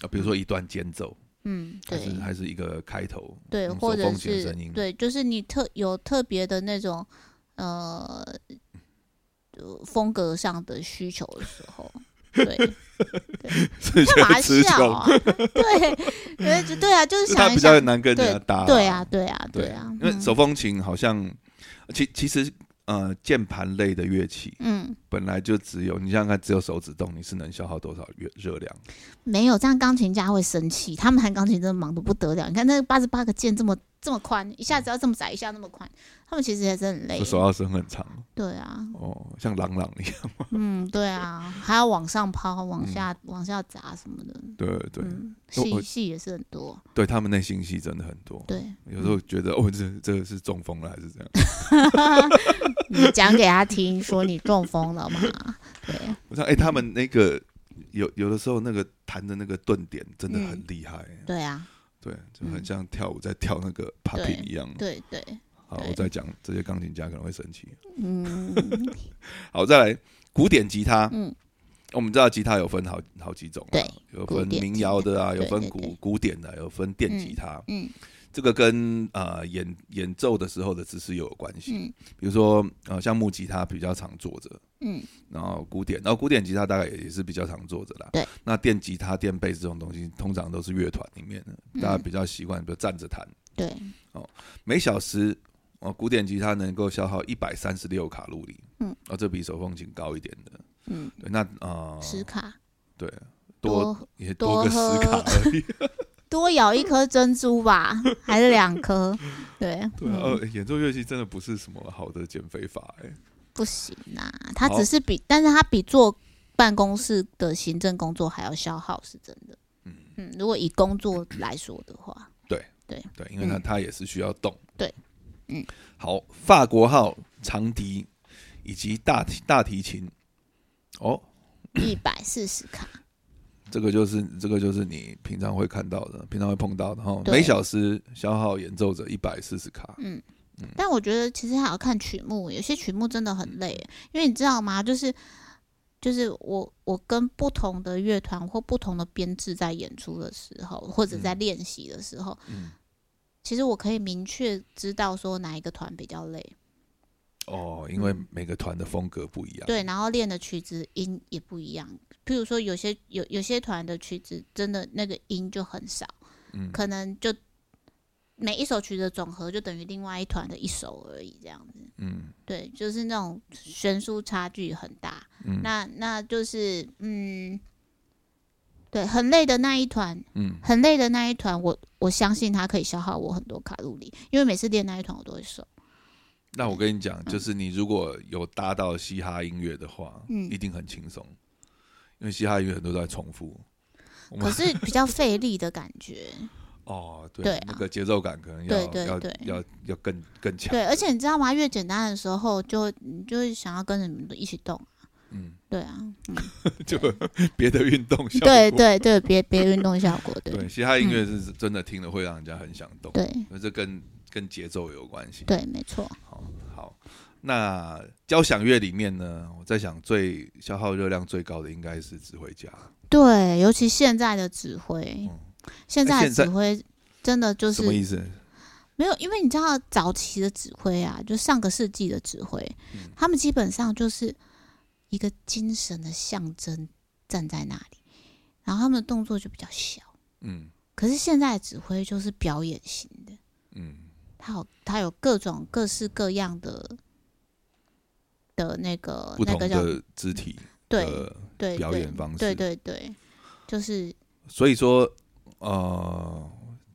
[SPEAKER 1] 啊，比如说一段间奏，
[SPEAKER 2] 嗯，
[SPEAKER 1] 还
[SPEAKER 2] 对
[SPEAKER 1] 是还是一个开 头，
[SPEAKER 2] 对，
[SPEAKER 1] 嗯
[SPEAKER 2] 或
[SPEAKER 1] 手
[SPEAKER 2] 者
[SPEAKER 1] 风琴的
[SPEAKER 2] 是
[SPEAKER 1] 声音
[SPEAKER 2] 对，就是你特有特别的那种呃呃风格上的需求的时候。 对，
[SPEAKER 1] 是
[SPEAKER 2] 干嘛
[SPEAKER 1] 觉得词
[SPEAKER 2] 笑
[SPEAKER 1] 穷，
[SPEAKER 2] 啊？ 对，因为就对啊，就是
[SPEAKER 1] 就它
[SPEAKER 2] 想一
[SPEAKER 1] 比较
[SPEAKER 2] 想，
[SPEAKER 1] 难跟人家搭。
[SPEAKER 2] 对啊，，对啊，
[SPEAKER 1] 对
[SPEAKER 2] 啊，
[SPEAKER 1] 因为
[SPEAKER 2] 嗯
[SPEAKER 1] 手风琴好像，其其实呃，键盘类的乐器
[SPEAKER 2] 嗯，
[SPEAKER 1] 本来就只有你想想看，只有手指动，你是能消耗多少热热量？
[SPEAKER 2] 没有，这样钢琴家会生气。他们弹钢琴真的忙得不得了。你看那八十八个键这么这么宽，一下子要这么窄，一下那么宽，他们其实也是很累
[SPEAKER 1] 这。手要伸很长
[SPEAKER 2] 对啊，
[SPEAKER 1] 哦，像朗朗一样。
[SPEAKER 2] 嗯，对啊，还要往上抛，往下、往下砸什么的。
[SPEAKER 1] 对嗯对
[SPEAKER 2] 嗯，
[SPEAKER 1] 我我
[SPEAKER 2] 戏戏也是很多。
[SPEAKER 1] 对，他们内心戏真的很多，
[SPEAKER 2] 对，
[SPEAKER 1] 有时候觉得哦，这这个是中风了还是这样？
[SPEAKER 2] 你讲给他听，说你中风了嘛？对，
[SPEAKER 1] 我想，哎、他们那个有有的时候那个弹的那个顿点真的很厉害、
[SPEAKER 2] 对啊，
[SPEAKER 1] 对，就很像跳舞在跳那个 popping 一样。
[SPEAKER 2] 对对，
[SPEAKER 1] 好，
[SPEAKER 2] 对
[SPEAKER 1] 我再讲这些钢琴家可能会生气。
[SPEAKER 2] 嗯，
[SPEAKER 1] 好，再来古典吉他。
[SPEAKER 2] 嗯
[SPEAKER 1] 我们知道吉他有分好好几种、啊，
[SPEAKER 2] 对，
[SPEAKER 1] 有
[SPEAKER 2] 古
[SPEAKER 1] 分
[SPEAKER 2] 典
[SPEAKER 1] 民
[SPEAKER 2] 吉
[SPEAKER 1] 谣
[SPEAKER 2] 他
[SPEAKER 1] 的啊，有
[SPEAKER 2] 对
[SPEAKER 1] 分
[SPEAKER 2] 对
[SPEAKER 1] 古
[SPEAKER 2] 对
[SPEAKER 1] 古典的，有分电吉
[SPEAKER 2] 嗯
[SPEAKER 1] 他。
[SPEAKER 2] 嗯
[SPEAKER 1] 这个跟呃演演奏的时候的姿势又有关系。
[SPEAKER 2] 嗯
[SPEAKER 1] 比如说呃，像木吉他比较常坐着，
[SPEAKER 2] 嗯，
[SPEAKER 1] 然后古典，然后古典吉他大概也是比较常坐着啦。
[SPEAKER 2] 对，
[SPEAKER 1] 那电吉他、电贝斯这种东西，通常都是乐团里面的，
[SPEAKER 2] 嗯
[SPEAKER 1] 大家比较习惯，比如站着弹，
[SPEAKER 2] 对，
[SPEAKER 1] 每小时。哦，古典吉他能够消耗一百三十六卡路里，
[SPEAKER 2] 嗯，
[SPEAKER 1] 哦，这比手风琴高一点的，
[SPEAKER 2] 嗯，
[SPEAKER 1] 对，那呃，
[SPEAKER 2] 十卡
[SPEAKER 1] 对，多
[SPEAKER 2] 多
[SPEAKER 1] 也多
[SPEAKER 2] 多
[SPEAKER 1] 个十
[SPEAKER 2] 喝
[SPEAKER 1] 卡而 已，
[SPEAKER 2] 多咬一颗珍珠吧，还是两颗？对，
[SPEAKER 1] 对啊，
[SPEAKER 2] 嗯
[SPEAKER 1] 呃，演奏乐器真的不是什么好的减肥法、哎，
[SPEAKER 2] 不行啊，他
[SPEAKER 1] 好
[SPEAKER 2] 只是比，但是他比做办公室的行政工作还要消耗，是真的。嗯如果以工作来说的话，
[SPEAKER 1] 对，因为它
[SPEAKER 2] 嗯
[SPEAKER 1] 它也是需要动。
[SPEAKER 2] 对，嗯，
[SPEAKER 1] 好，法国号、长笛以及大提大提琴，哦，
[SPEAKER 2] 一百四十卡，
[SPEAKER 1] 这个就是这个就是你平常会看到的，平常会碰到的哈。
[SPEAKER 2] 对
[SPEAKER 1] 每小时消耗演奏者一百四十卡，
[SPEAKER 2] 嗯。但我觉得其实还要看曲目，有些曲目真的很累，因为你知道吗？就是就是我我跟不同的乐团或不同的编制在演出的时候，或者在
[SPEAKER 1] 嗯
[SPEAKER 2] 练习的时候，
[SPEAKER 1] 嗯，
[SPEAKER 2] 其实我可以明确知道说哪一个团比较累，
[SPEAKER 1] 哦，因为
[SPEAKER 2] 嗯
[SPEAKER 1] 每个团的风格不一样。
[SPEAKER 2] 对，然后练的曲子音也不一样。譬如说，有些有有些团的曲子真的那个音就很少，
[SPEAKER 1] 嗯，
[SPEAKER 2] 可能就每一首曲子的总和就等于另外一团的一首而已，这样子。
[SPEAKER 1] 嗯
[SPEAKER 2] 对，就是那种悬殊差距很大。那那就是嗯，对，很累的那一团，
[SPEAKER 1] 嗯，
[SPEAKER 2] 很累的那一团，我我相信它可以消耗我很多卡路里，因为每次练那一团我都会瘦。
[SPEAKER 1] 那我跟你
[SPEAKER 2] 嗯
[SPEAKER 1] 讲，就是你如果有搭到嘻哈音乐的话，
[SPEAKER 2] 嗯
[SPEAKER 1] 一定很轻松，因为嘻哈音乐很多都在重复。我们
[SPEAKER 2] 可是比较费力的感觉，
[SPEAKER 1] 哦，对，
[SPEAKER 2] 对啊
[SPEAKER 1] 那个节奏感可能要
[SPEAKER 2] 对对对
[SPEAKER 1] 要要要更更强。
[SPEAKER 2] 对，而且你知道吗？越简单的时候就，你就会想要跟着你们一起动。
[SPEAKER 1] 嗯，
[SPEAKER 2] 对啊，
[SPEAKER 1] 就别的运动效果。
[SPEAKER 2] 对对对，别别运动效果，
[SPEAKER 1] 对
[SPEAKER 2] 对
[SPEAKER 1] 嘻哈音乐是真的听了会让人家很想动，
[SPEAKER 2] 对
[SPEAKER 1] 那这跟跟节奏有关系。
[SPEAKER 2] 对，没错。
[SPEAKER 1] 好，好，那交响乐里面呢，我在想最消耗热量最高的应该是指挥家，
[SPEAKER 2] 对，尤其现在的指挥，
[SPEAKER 1] 嗯
[SPEAKER 2] 现在
[SPEAKER 1] 哎
[SPEAKER 2] 的
[SPEAKER 1] 现在
[SPEAKER 2] 指挥真的就
[SPEAKER 1] 什
[SPEAKER 2] 是
[SPEAKER 1] 么意思？
[SPEAKER 2] 没有，因为你知道早期的指挥啊，就上个世纪的指挥，
[SPEAKER 1] 嗯
[SPEAKER 2] 他们基本上就是一个精神的象征站在那里，然后他们的动作就比较小。
[SPEAKER 1] 嗯
[SPEAKER 2] 可是现在的指挥就是表演型的，
[SPEAKER 1] 嗯
[SPEAKER 2] 他有他有各种各式各样的的那个
[SPEAKER 1] 不
[SPEAKER 2] 哦那
[SPEAKER 1] 同
[SPEAKER 2] 个叫
[SPEAKER 1] 的肢体
[SPEAKER 2] 对
[SPEAKER 1] 的
[SPEAKER 2] 对
[SPEAKER 1] 表
[SPEAKER 2] 对
[SPEAKER 1] 演方式
[SPEAKER 2] 对对对，就是
[SPEAKER 1] 所以说，呃，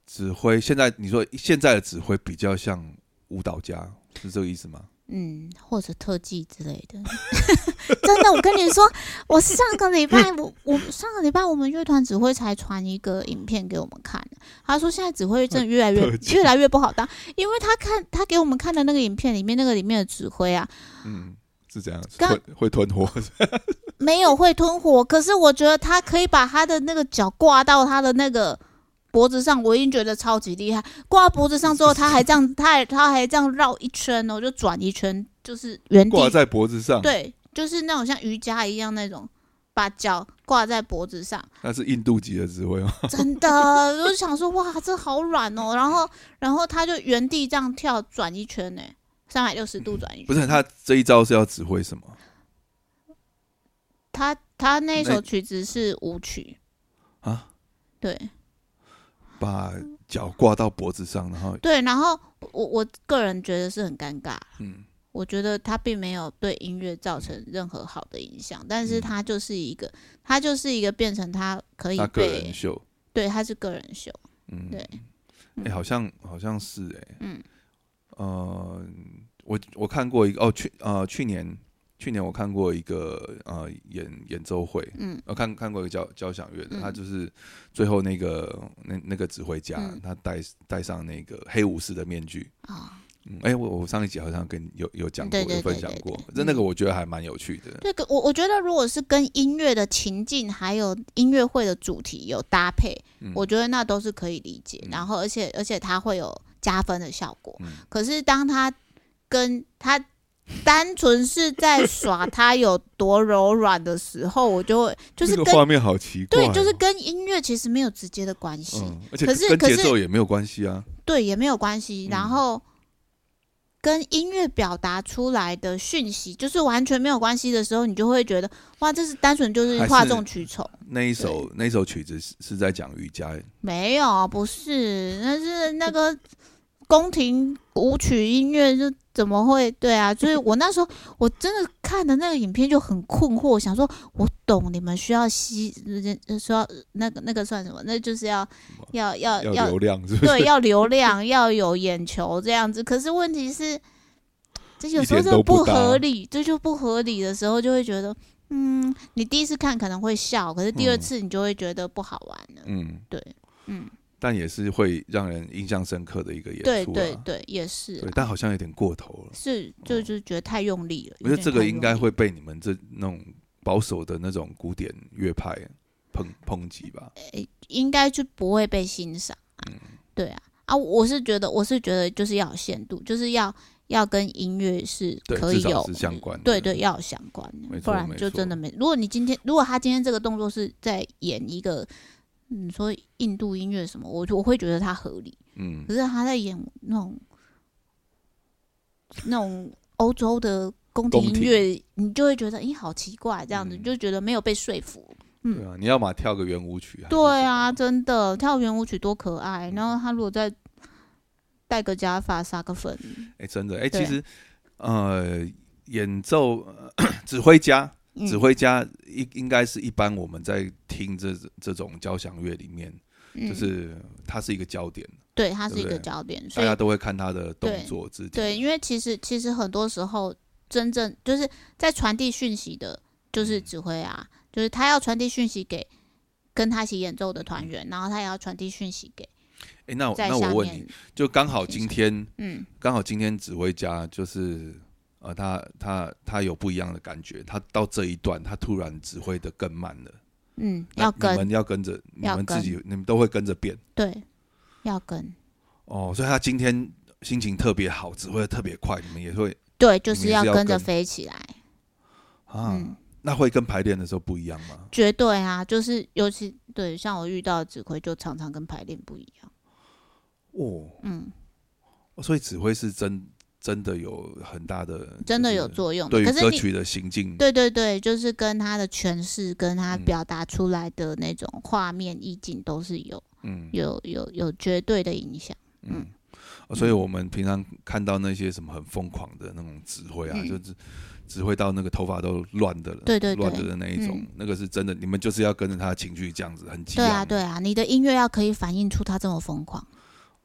[SPEAKER 1] 指挥现在你说现在的指挥比较像舞蹈家，是这个意思吗？
[SPEAKER 2] 嗯，或者特技之类的。 真的，我跟你说，我上个礼拜，我我上个礼拜我们乐团指挥才传一个影片给我们看，他说现在指挥真的越来越
[SPEAKER 1] 哦特技
[SPEAKER 2] 越来越不好当，因为他看他给我们看的那个影片里面那个里面的指挥啊，
[SPEAKER 1] 嗯，是这样，
[SPEAKER 2] 刚
[SPEAKER 1] 会会吞火。
[SPEAKER 2] 没有会吞火，可是我觉得他可以把他的那个脚挂到他的那个脖子上，我已经觉得超级厉害。挂到脖子上之后，他还这样，他还他还这样绕一圈哦，就转一圈，就是原
[SPEAKER 1] 挂
[SPEAKER 2] 地，
[SPEAKER 1] 在脖子上，
[SPEAKER 2] 对，就是那种像瑜伽一样那种，把脚挂在脖子上，
[SPEAKER 1] 那是印度籍的指挥吗？
[SPEAKER 2] 真的，我就想说哇，这好软哦。然后然后他就原地这样跳转一圈呢，三百六十度转一圈。
[SPEAKER 1] 不是，他这一招是要指挥什么？
[SPEAKER 2] 他他那
[SPEAKER 1] 那
[SPEAKER 2] 首曲子是舞曲
[SPEAKER 1] 啊，
[SPEAKER 2] 对。
[SPEAKER 1] 把脚挂到脖子上，然后
[SPEAKER 2] 对，然后我我个人觉得是很尴尬，
[SPEAKER 1] 嗯
[SPEAKER 2] 我觉得他并没有对音乐造成任何好的影响，但是
[SPEAKER 1] 嗯
[SPEAKER 2] 他就是一个，他就是一个变成他可以
[SPEAKER 1] 他个人
[SPEAKER 2] 被，
[SPEAKER 1] 秀，
[SPEAKER 2] 对，他是个人秀，
[SPEAKER 1] 嗯，
[SPEAKER 2] 对，
[SPEAKER 1] 哎、好像好像是哎、
[SPEAKER 2] 嗯
[SPEAKER 1] 呃，我我看过一个哦，去呃去年去年我看过一个呃演演奏会，
[SPEAKER 2] 嗯
[SPEAKER 1] 我看看过一个交交响乐的，
[SPEAKER 2] 嗯
[SPEAKER 1] 他就是最后那个那那个指挥家，
[SPEAKER 2] 嗯
[SPEAKER 1] 他戴戴上那个黑武士的面具。
[SPEAKER 2] 啊、
[SPEAKER 1] 嗯，哎、我我上一集好像跟你有有讲过，
[SPEAKER 2] 对对
[SPEAKER 1] 有分享
[SPEAKER 2] 对对
[SPEAKER 1] 过
[SPEAKER 2] 对，
[SPEAKER 1] 那那个我觉得还蛮有趣的。
[SPEAKER 2] 对，可我我觉得如果是跟音乐的情境还有音乐会的主题有搭配，
[SPEAKER 1] 嗯
[SPEAKER 2] 我觉得那都是可以理解，
[SPEAKER 1] 嗯
[SPEAKER 2] 然后而且而且它会有加分的效果。
[SPEAKER 1] 嗯
[SPEAKER 2] 可是当他跟他单纯是在耍他有多柔软的时候，我就会就是
[SPEAKER 1] 那
[SPEAKER 2] 跟、
[SPEAKER 1] 个画面好奇怪哦、
[SPEAKER 2] 对，就是跟音乐其实没有直接的关系，
[SPEAKER 1] 嗯，而且
[SPEAKER 2] 可是
[SPEAKER 1] 跟
[SPEAKER 2] 可
[SPEAKER 1] 节
[SPEAKER 2] 是
[SPEAKER 1] 奏也没有关系啊。
[SPEAKER 2] 对也没有关系。
[SPEAKER 1] 嗯
[SPEAKER 2] 然后跟音乐表达出来的讯息就是完全没有关系的时候，你就会觉得哇，这是单纯就是
[SPEAKER 1] 还是
[SPEAKER 2] 哗众取宠。
[SPEAKER 1] 那一首那一首曲子是是在讲瑜伽，
[SPEAKER 2] 没有，不是，那是那个宫廷舞曲音乐，就怎么会？对啊，就是我那时候我真的看的那个影片就很困惑，我想说我懂你们需要吸，呃需要那个那个算什么？那就是要要要
[SPEAKER 1] 要
[SPEAKER 2] 呃要
[SPEAKER 1] 流量是不是？
[SPEAKER 2] 对要流量，要有眼球这样子。可是问题是，这有时候
[SPEAKER 1] 一点
[SPEAKER 2] 这
[SPEAKER 1] 都
[SPEAKER 2] 个
[SPEAKER 1] 不
[SPEAKER 2] 不
[SPEAKER 1] 搭
[SPEAKER 2] 合理，这就不合理的时候，就会觉得。嗯，你第一次看可能会笑，可是第二
[SPEAKER 1] 嗯
[SPEAKER 2] 次你就会觉得不好玩了。
[SPEAKER 1] 嗯，
[SPEAKER 2] 对，嗯，
[SPEAKER 1] 但也是会让人印象深刻的一个演
[SPEAKER 2] 对
[SPEAKER 1] 出、啊。
[SPEAKER 2] 对对，也是
[SPEAKER 1] 对
[SPEAKER 2] 啦，
[SPEAKER 1] 但好像有点过头了。
[SPEAKER 2] 是就
[SPEAKER 1] 哦
[SPEAKER 2] 就是觉得太用力了。
[SPEAKER 1] 我
[SPEAKER 2] 有
[SPEAKER 1] 觉得
[SPEAKER 2] 点
[SPEAKER 1] 这
[SPEAKER 2] 太
[SPEAKER 1] 个应
[SPEAKER 2] 用
[SPEAKER 1] 该
[SPEAKER 2] 力
[SPEAKER 1] 会被你们这那种保守的那种古典乐派抨抨击吧？
[SPEAKER 2] 呃应该就不会被欣赏啊。
[SPEAKER 1] 嗯
[SPEAKER 2] 对啊，啊，我是觉得我是觉得就是要有限度，就是要要跟音乐是
[SPEAKER 1] 对，
[SPEAKER 2] 可
[SPEAKER 1] 至
[SPEAKER 2] 以
[SPEAKER 1] 少
[SPEAKER 2] 有
[SPEAKER 1] 是相关的。
[SPEAKER 2] 对对，要有相关
[SPEAKER 1] 嗯没
[SPEAKER 2] 的，不
[SPEAKER 1] 错
[SPEAKER 2] 然
[SPEAKER 1] 没
[SPEAKER 2] 就
[SPEAKER 1] 错
[SPEAKER 2] 真的没。如果你今天如果他今天这个动作是在演一个。嗯你说印度音乐什么，我就我会觉得它合理。
[SPEAKER 1] 嗯
[SPEAKER 2] 可是他在演那种那种欧洲的宫廷
[SPEAKER 1] 宫
[SPEAKER 2] 音
[SPEAKER 1] 廷
[SPEAKER 2] 乐，你就会觉得，咦，好奇怪，这样子、
[SPEAKER 1] 嗯
[SPEAKER 2] 你就觉得没有被说服。嗯
[SPEAKER 1] 对啊，你要嘛跳个圆舞曲。还是嗯
[SPEAKER 2] 对啊，真的跳圆舞曲多可爱。然后他如果再戴个假发、撒个粉，啊
[SPEAKER 1] 什么，哎、真的，哎、
[SPEAKER 2] 对
[SPEAKER 1] 其实呃，演奏呃指挥家
[SPEAKER 2] 嗯
[SPEAKER 1] 指挥家应应该是一般我们在听这这种交响乐里面，
[SPEAKER 2] 嗯，
[SPEAKER 1] 就是它是一个焦点，
[SPEAKER 2] 对，它是
[SPEAKER 1] 对
[SPEAKER 2] 一
[SPEAKER 1] 不
[SPEAKER 2] 个
[SPEAKER 1] 对哎
[SPEAKER 2] 焦点，所
[SPEAKER 1] 大
[SPEAKER 2] 以
[SPEAKER 1] 家都会看他的动作肢体。
[SPEAKER 2] 对，因为其实其实很多时候，真正就是在传递讯息的，
[SPEAKER 1] 嗯
[SPEAKER 2] 就是指挥啊，就是他要传递讯息给跟他一起演奏的团员，然后他也要传递讯息给
[SPEAKER 1] 诶那我
[SPEAKER 2] 在
[SPEAKER 1] 嗯哦那
[SPEAKER 2] 下
[SPEAKER 1] 我问
[SPEAKER 2] 面
[SPEAKER 1] 你，，就刚好今天
[SPEAKER 2] 嗯，
[SPEAKER 1] 刚好今天指挥家就是呃，他他他有不一样的感觉，他到这一段他突然指挥的更慢了，
[SPEAKER 2] 嗯，
[SPEAKER 1] 那
[SPEAKER 2] 要
[SPEAKER 1] 你
[SPEAKER 2] 跟
[SPEAKER 1] 们要跟着，你
[SPEAKER 2] 要
[SPEAKER 1] 们
[SPEAKER 2] 跟
[SPEAKER 1] 自己你们都会跟着变
[SPEAKER 2] 对，要跟
[SPEAKER 1] 哦，所以他今天心情特别好，指挥的特别快，你们也会
[SPEAKER 2] 对，就
[SPEAKER 1] 你
[SPEAKER 2] 是
[SPEAKER 1] 们也
[SPEAKER 2] 要
[SPEAKER 1] 是要
[SPEAKER 2] 跟着
[SPEAKER 1] 跟
[SPEAKER 2] 飞起来，
[SPEAKER 1] 啊，
[SPEAKER 2] 嗯，
[SPEAKER 1] 那会跟排练的时候不一样吗？
[SPEAKER 2] 绝对啊，就是尤其对，像我遇到的指挥就常常跟排练不一样，
[SPEAKER 1] 哦，
[SPEAKER 2] 嗯，
[SPEAKER 1] 所以指挥是真真的有很大的，
[SPEAKER 2] 真的有
[SPEAKER 1] 做
[SPEAKER 2] 作用的，
[SPEAKER 1] 对于
[SPEAKER 2] 哦可是
[SPEAKER 1] 歌
[SPEAKER 2] 你
[SPEAKER 1] 曲的行进，
[SPEAKER 2] 对对对，就是跟他的诠释，跟他
[SPEAKER 1] 嗯
[SPEAKER 2] 表达出来的那种画面意境都是有
[SPEAKER 1] 嗯
[SPEAKER 2] 有有有绝对的影响。
[SPEAKER 1] 嗯。所以我们平常看到那些什么很疯狂的那种指挥啊，
[SPEAKER 2] 嗯
[SPEAKER 1] 就是指挥到那个头发都乱的了，
[SPEAKER 2] 对对对
[SPEAKER 1] 乱的的那一种
[SPEAKER 2] 嗯，
[SPEAKER 1] 那个是真的，你们就是要跟着他的情绪这样子，很激
[SPEAKER 2] 对啊，
[SPEAKER 1] 昂。
[SPEAKER 2] 对啊，你的音乐要可以反映出他这么疯狂。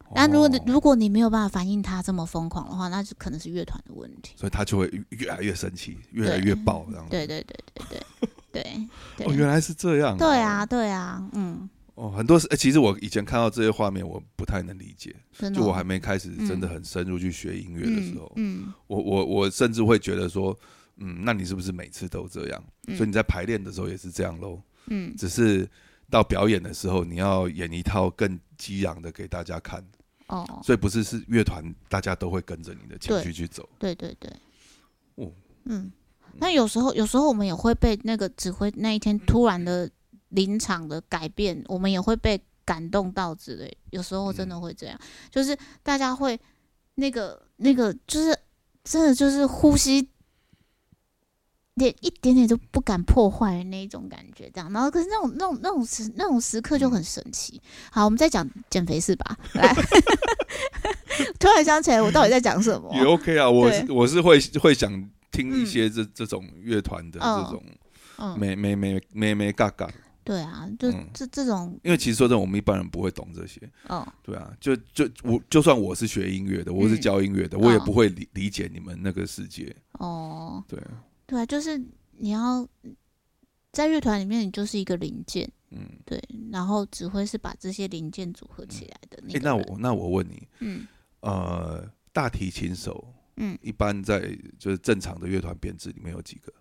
[SPEAKER 1] 哦，
[SPEAKER 2] 那、如果你如果你没有办法反映他这么疯狂的话，那就可能是乐团的问题。
[SPEAKER 1] 所以他就会越越来越生气，越来越爆这样子。
[SPEAKER 2] 对对对对 对对对，
[SPEAKER 1] 哦，原来是这样。
[SPEAKER 2] 对啊，对啊，嗯，
[SPEAKER 1] 哦，很多是、欸其实我以前看到这些画面，我不太能理解。
[SPEAKER 2] 真的
[SPEAKER 1] 就
[SPEAKER 2] 哦、
[SPEAKER 1] 我还没开始
[SPEAKER 2] 嗯
[SPEAKER 1] 真的很深入去学音乐的时候，
[SPEAKER 2] 嗯，嗯
[SPEAKER 1] 我我我甚至会觉得说，嗯，那你是不是每次都这样？
[SPEAKER 2] 嗯
[SPEAKER 1] 所以你在排练的时候也是这样喽，
[SPEAKER 2] 嗯，
[SPEAKER 1] 只是到表演的时候你要演一套更激昂的给大家看，
[SPEAKER 2] 哦，
[SPEAKER 1] 所以不是是乐团大家都会跟着你的情绪去走。
[SPEAKER 2] 对对对，
[SPEAKER 1] 哦
[SPEAKER 2] 嗯，那有时候有时候我们也会被那个指挥那一天突然的临场的改变，我们也会被感动到之类。有时候真的会这样，就是大家会那个那个，就是真的就是呼吸。连一点点都不敢破坏的那一种感觉，这样，然后可是那种那种那种时那种时刻就很神奇。好，我们再讲减肥事吧。来， 突然想起来，我到底在讲什么？
[SPEAKER 1] 也 OK 啊，我是
[SPEAKER 2] 对
[SPEAKER 1] 我是会会想听一些这、这种乐团的
[SPEAKER 2] 嗯
[SPEAKER 1] 这种
[SPEAKER 2] 嗯，
[SPEAKER 1] 没没没没没嘎嘎，
[SPEAKER 2] 对啊，就
[SPEAKER 1] 嗯
[SPEAKER 2] 这这种，
[SPEAKER 1] 因为其实说真的，我们一般人不会懂这些。
[SPEAKER 2] 哦，
[SPEAKER 1] 对啊，就就我就算我是学音乐的，
[SPEAKER 2] 嗯
[SPEAKER 1] 我是教音乐的，我也不会理理解你们那个世界。
[SPEAKER 2] 哦，
[SPEAKER 1] 对啊，
[SPEAKER 2] 对啊，就是你要在乐团里面，你就是一个零件，
[SPEAKER 1] 嗯，
[SPEAKER 2] 对，然后指挥是把这些零件组合起来的那
[SPEAKER 1] 诶
[SPEAKER 2] 个人、
[SPEAKER 1] 那我那我问你，
[SPEAKER 2] 嗯
[SPEAKER 1] 呃，大提琴手，
[SPEAKER 2] 嗯，
[SPEAKER 1] 一般在就是正常的乐团编制里面有几个？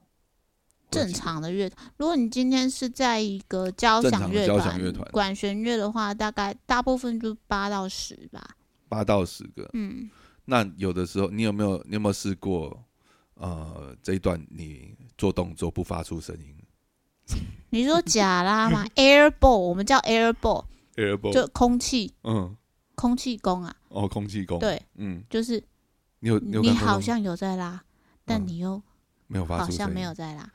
[SPEAKER 2] 正常的乐，如果你今天是在一个交
[SPEAKER 1] 正常
[SPEAKER 2] 响
[SPEAKER 1] 的
[SPEAKER 2] 乐
[SPEAKER 1] 交
[SPEAKER 2] 团、
[SPEAKER 1] 响乐团
[SPEAKER 2] 管弦乐的话，大概大部分就八到十吧，
[SPEAKER 1] 八到十个。
[SPEAKER 2] 嗯，
[SPEAKER 1] 那有的时候，你有没有你有没有试过？呃，这一段你做动作不发出声音
[SPEAKER 2] 你 说假拉吗？air ball，我们叫 air ball，
[SPEAKER 1] ，airbo，
[SPEAKER 2] 就空气
[SPEAKER 1] 嗯，
[SPEAKER 2] 空气弓啊，
[SPEAKER 1] 哦，空气弓，，
[SPEAKER 2] 对，
[SPEAKER 1] 嗯，
[SPEAKER 2] 就是
[SPEAKER 1] 你有有
[SPEAKER 2] 你
[SPEAKER 1] 感受
[SPEAKER 2] 好
[SPEAKER 1] 吗
[SPEAKER 2] 像有在拉，但
[SPEAKER 1] 嗯
[SPEAKER 2] 你又。
[SPEAKER 1] 没有发
[SPEAKER 2] 好
[SPEAKER 1] 出
[SPEAKER 2] 像
[SPEAKER 1] 声
[SPEAKER 2] 没
[SPEAKER 1] 音
[SPEAKER 2] 有，在拉。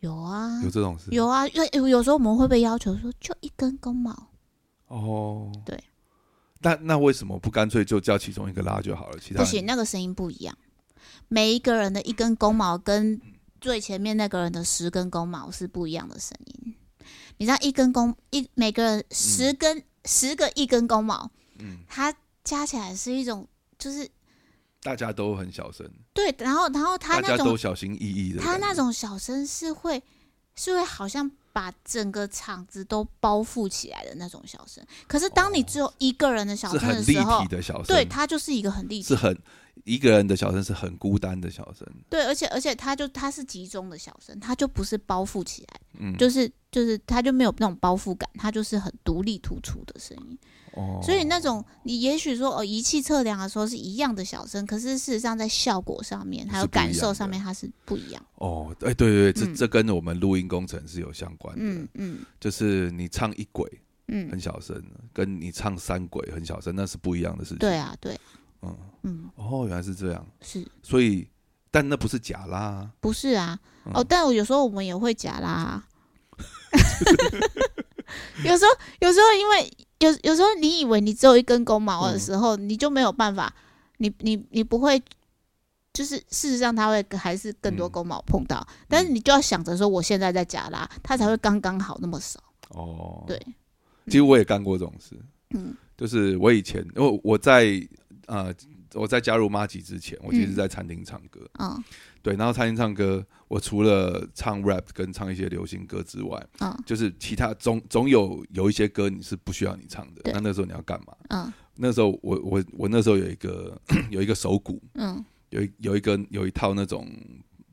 [SPEAKER 2] 有啊，
[SPEAKER 1] 有这种事，
[SPEAKER 2] 有啊，有有有时候我们会被要求说，就一根公毛，
[SPEAKER 1] 哦，
[SPEAKER 2] 对。
[SPEAKER 1] 那那为什么不干脆就叫其中一个拉就好了？其他
[SPEAKER 2] 不
[SPEAKER 1] 人
[SPEAKER 2] 行，那个声音不一样。每一个人的一根公毛跟最前面那个人的十根公毛是不一样的声音。你知道一根公一每个人十根、十个一根公毛，
[SPEAKER 1] 嗯，
[SPEAKER 2] 它加起来是一种就是
[SPEAKER 1] 大家都很小声，
[SPEAKER 2] 对，然后然后它
[SPEAKER 1] 大
[SPEAKER 2] 那
[SPEAKER 1] 家都
[SPEAKER 2] 种
[SPEAKER 1] 小心翼翼的感觉。
[SPEAKER 2] 它那种小声是会是会好像把整个场子都包覆起来的那种小声。可是当你
[SPEAKER 1] 哦
[SPEAKER 2] 只有一个人的小
[SPEAKER 1] 是
[SPEAKER 2] 声
[SPEAKER 1] 很
[SPEAKER 2] 的
[SPEAKER 1] 立
[SPEAKER 2] 时候
[SPEAKER 1] 体，的小声，
[SPEAKER 2] 对，它就是一个很立
[SPEAKER 1] 是
[SPEAKER 2] 体，
[SPEAKER 1] 很一个人的小声，是很孤单的小声。
[SPEAKER 2] 对，而且而且它就它是集中的小声，它就不是包覆起来，
[SPEAKER 1] 嗯，
[SPEAKER 2] 就是就是它就没有那种包覆感，它就是很独立突出的声音。
[SPEAKER 1] 哦，
[SPEAKER 2] 所以那种你也许说哦，仪器测量的时候是一样的小声，可是事实上在效果上面还
[SPEAKER 1] 是
[SPEAKER 2] 有
[SPEAKER 1] 不一样
[SPEAKER 2] 感受
[SPEAKER 1] 的
[SPEAKER 2] 上面它是不一样。
[SPEAKER 1] 哦，哎，对对对，这、
[SPEAKER 2] 嗯
[SPEAKER 1] 这跟我们录音工程是有相关的，
[SPEAKER 2] 嗯嗯
[SPEAKER 1] 就是你唱一轨
[SPEAKER 2] 嗯，
[SPEAKER 1] 很小声，跟你唱三轨很小声，那是不一样的事情。
[SPEAKER 2] 对啊对，
[SPEAKER 1] 嗯，
[SPEAKER 2] 嗯
[SPEAKER 1] 哦，原来是这样，
[SPEAKER 2] 是。
[SPEAKER 1] 所以但那不是假拉啊、
[SPEAKER 2] 不是啊，
[SPEAKER 1] 嗯
[SPEAKER 2] 哦，但我有时候我们也会假拉、啊， 有时候有时候因为有有时候你
[SPEAKER 1] 嗯
[SPEAKER 2] 以为你只有一根公毛的时候，你就没有办法，你你你不会就是事实上，它会跟还是更多
[SPEAKER 1] 嗯
[SPEAKER 2] 公毛碰到，但是你就要想着说，我现在在加拉，它才会刚刚好那么少。
[SPEAKER 1] 哦，
[SPEAKER 2] 对，
[SPEAKER 1] 其实我也干过这种事，
[SPEAKER 2] 嗯
[SPEAKER 1] 就是我以前，因为我在呃我在加入妈吉之前，我其实在餐厅唱歌，
[SPEAKER 2] 嗯
[SPEAKER 1] 对，然后餐厅唱歌，我除了唱 rap 跟唱一些流行歌之外，
[SPEAKER 2] 嗯
[SPEAKER 1] 就是其他总总有有一些歌你是不需要你唱的，
[SPEAKER 2] 对
[SPEAKER 1] 那那时候你要干嘛？
[SPEAKER 2] 嗯
[SPEAKER 1] 那时候我我我那时候有一个 有一个手鼓，
[SPEAKER 2] 嗯
[SPEAKER 1] 有一有一个有一套那种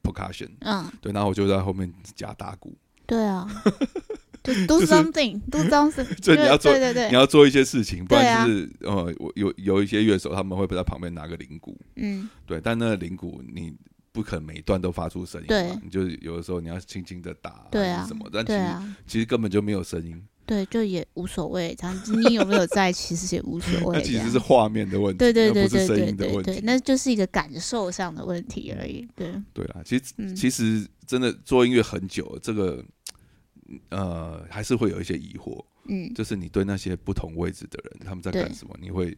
[SPEAKER 1] percussion，
[SPEAKER 2] 嗯，
[SPEAKER 1] 对，然后我就在后面夹打鼓，
[SPEAKER 2] 对啊， 就 do
[SPEAKER 1] 就是
[SPEAKER 2] something，do something，
[SPEAKER 1] 就你要做
[SPEAKER 2] 对对对
[SPEAKER 1] 你，要做一些事情，不然就
[SPEAKER 2] 对啊
[SPEAKER 1] 是、呃，我有有一些乐手他们会在旁边拿个铃鼓，
[SPEAKER 2] 嗯
[SPEAKER 1] 对，但那个铃鼓你不可能每一段都发出声音
[SPEAKER 2] 对
[SPEAKER 1] 嘛，你就是有的时候你要轻轻的打，
[SPEAKER 2] 对
[SPEAKER 1] 还
[SPEAKER 2] 啊
[SPEAKER 1] 是什么，但其
[SPEAKER 2] 对
[SPEAKER 1] 实、
[SPEAKER 2] 啊，
[SPEAKER 1] 其实根本就没有声音，
[SPEAKER 2] 对，就也无所谓，这样你有没有在，其实也无 所
[SPEAKER 1] 那
[SPEAKER 2] 谓。
[SPEAKER 1] 其
[SPEAKER 2] 这
[SPEAKER 1] 实
[SPEAKER 2] 样。
[SPEAKER 1] 是画面的问题，
[SPEAKER 2] 对对
[SPEAKER 1] 那
[SPEAKER 2] 对
[SPEAKER 1] 不是
[SPEAKER 2] 对
[SPEAKER 1] 声
[SPEAKER 2] 对
[SPEAKER 1] 音的
[SPEAKER 2] 对
[SPEAKER 1] 问
[SPEAKER 2] 对，
[SPEAKER 1] 题。
[SPEAKER 2] 那就是一个感受上的问题而已。对，
[SPEAKER 1] 对啦，其实、
[SPEAKER 2] 嗯
[SPEAKER 1] 其实真的做音乐很久了，这个呃还是会有一些疑惑，
[SPEAKER 2] 嗯，
[SPEAKER 1] 就是你对那些不同位置的人他们在
[SPEAKER 2] 对
[SPEAKER 1] 干什么，你会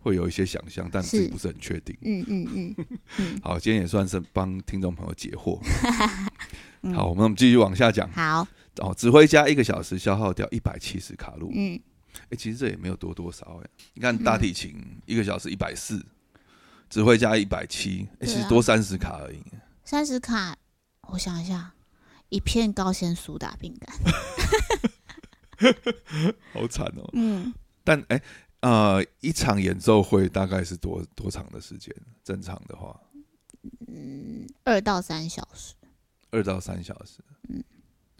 [SPEAKER 1] 会有一些想象，但
[SPEAKER 2] 是
[SPEAKER 1] 自己不是很确定。
[SPEAKER 2] 嗯嗯嗯嗯
[SPEAKER 1] 好，今天也算是帮听众朋友解 惑。
[SPEAKER 2] 嗯，
[SPEAKER 1] 好，我们我们继续往下讲。
[SPEAKER 2] 好，
[SPEAKER 1] 哦，指挥家一个小时消耗掉一百七十卡路，哎、
[SPEAKER 2] 嗯
[SPEAKER 1] 其实这也没有多多少哎、你看大提琴一个小时一百四，指挥家一百七，哎，其
[SPEAKER 2] 对
[SPEAKER 1] 实
[SPEAKER 2] 啊
[SPEAKER 1] 多三十卡而已。
[SPEAKER 2] 三十卡，我想一下，一片高纤苏打饼干，
[SPEAKER 1] 好惨哦。
[SPEAKER 2] 嗯，
[SPEAKER 1] 但哎、呃，一场演奏会大概是多多长的时间？正常的话，
[SPEAKER 2] 二到三小时，
[SPEAKER 1] 二到三小时。嗯
[SPEAKER 2] 嗯，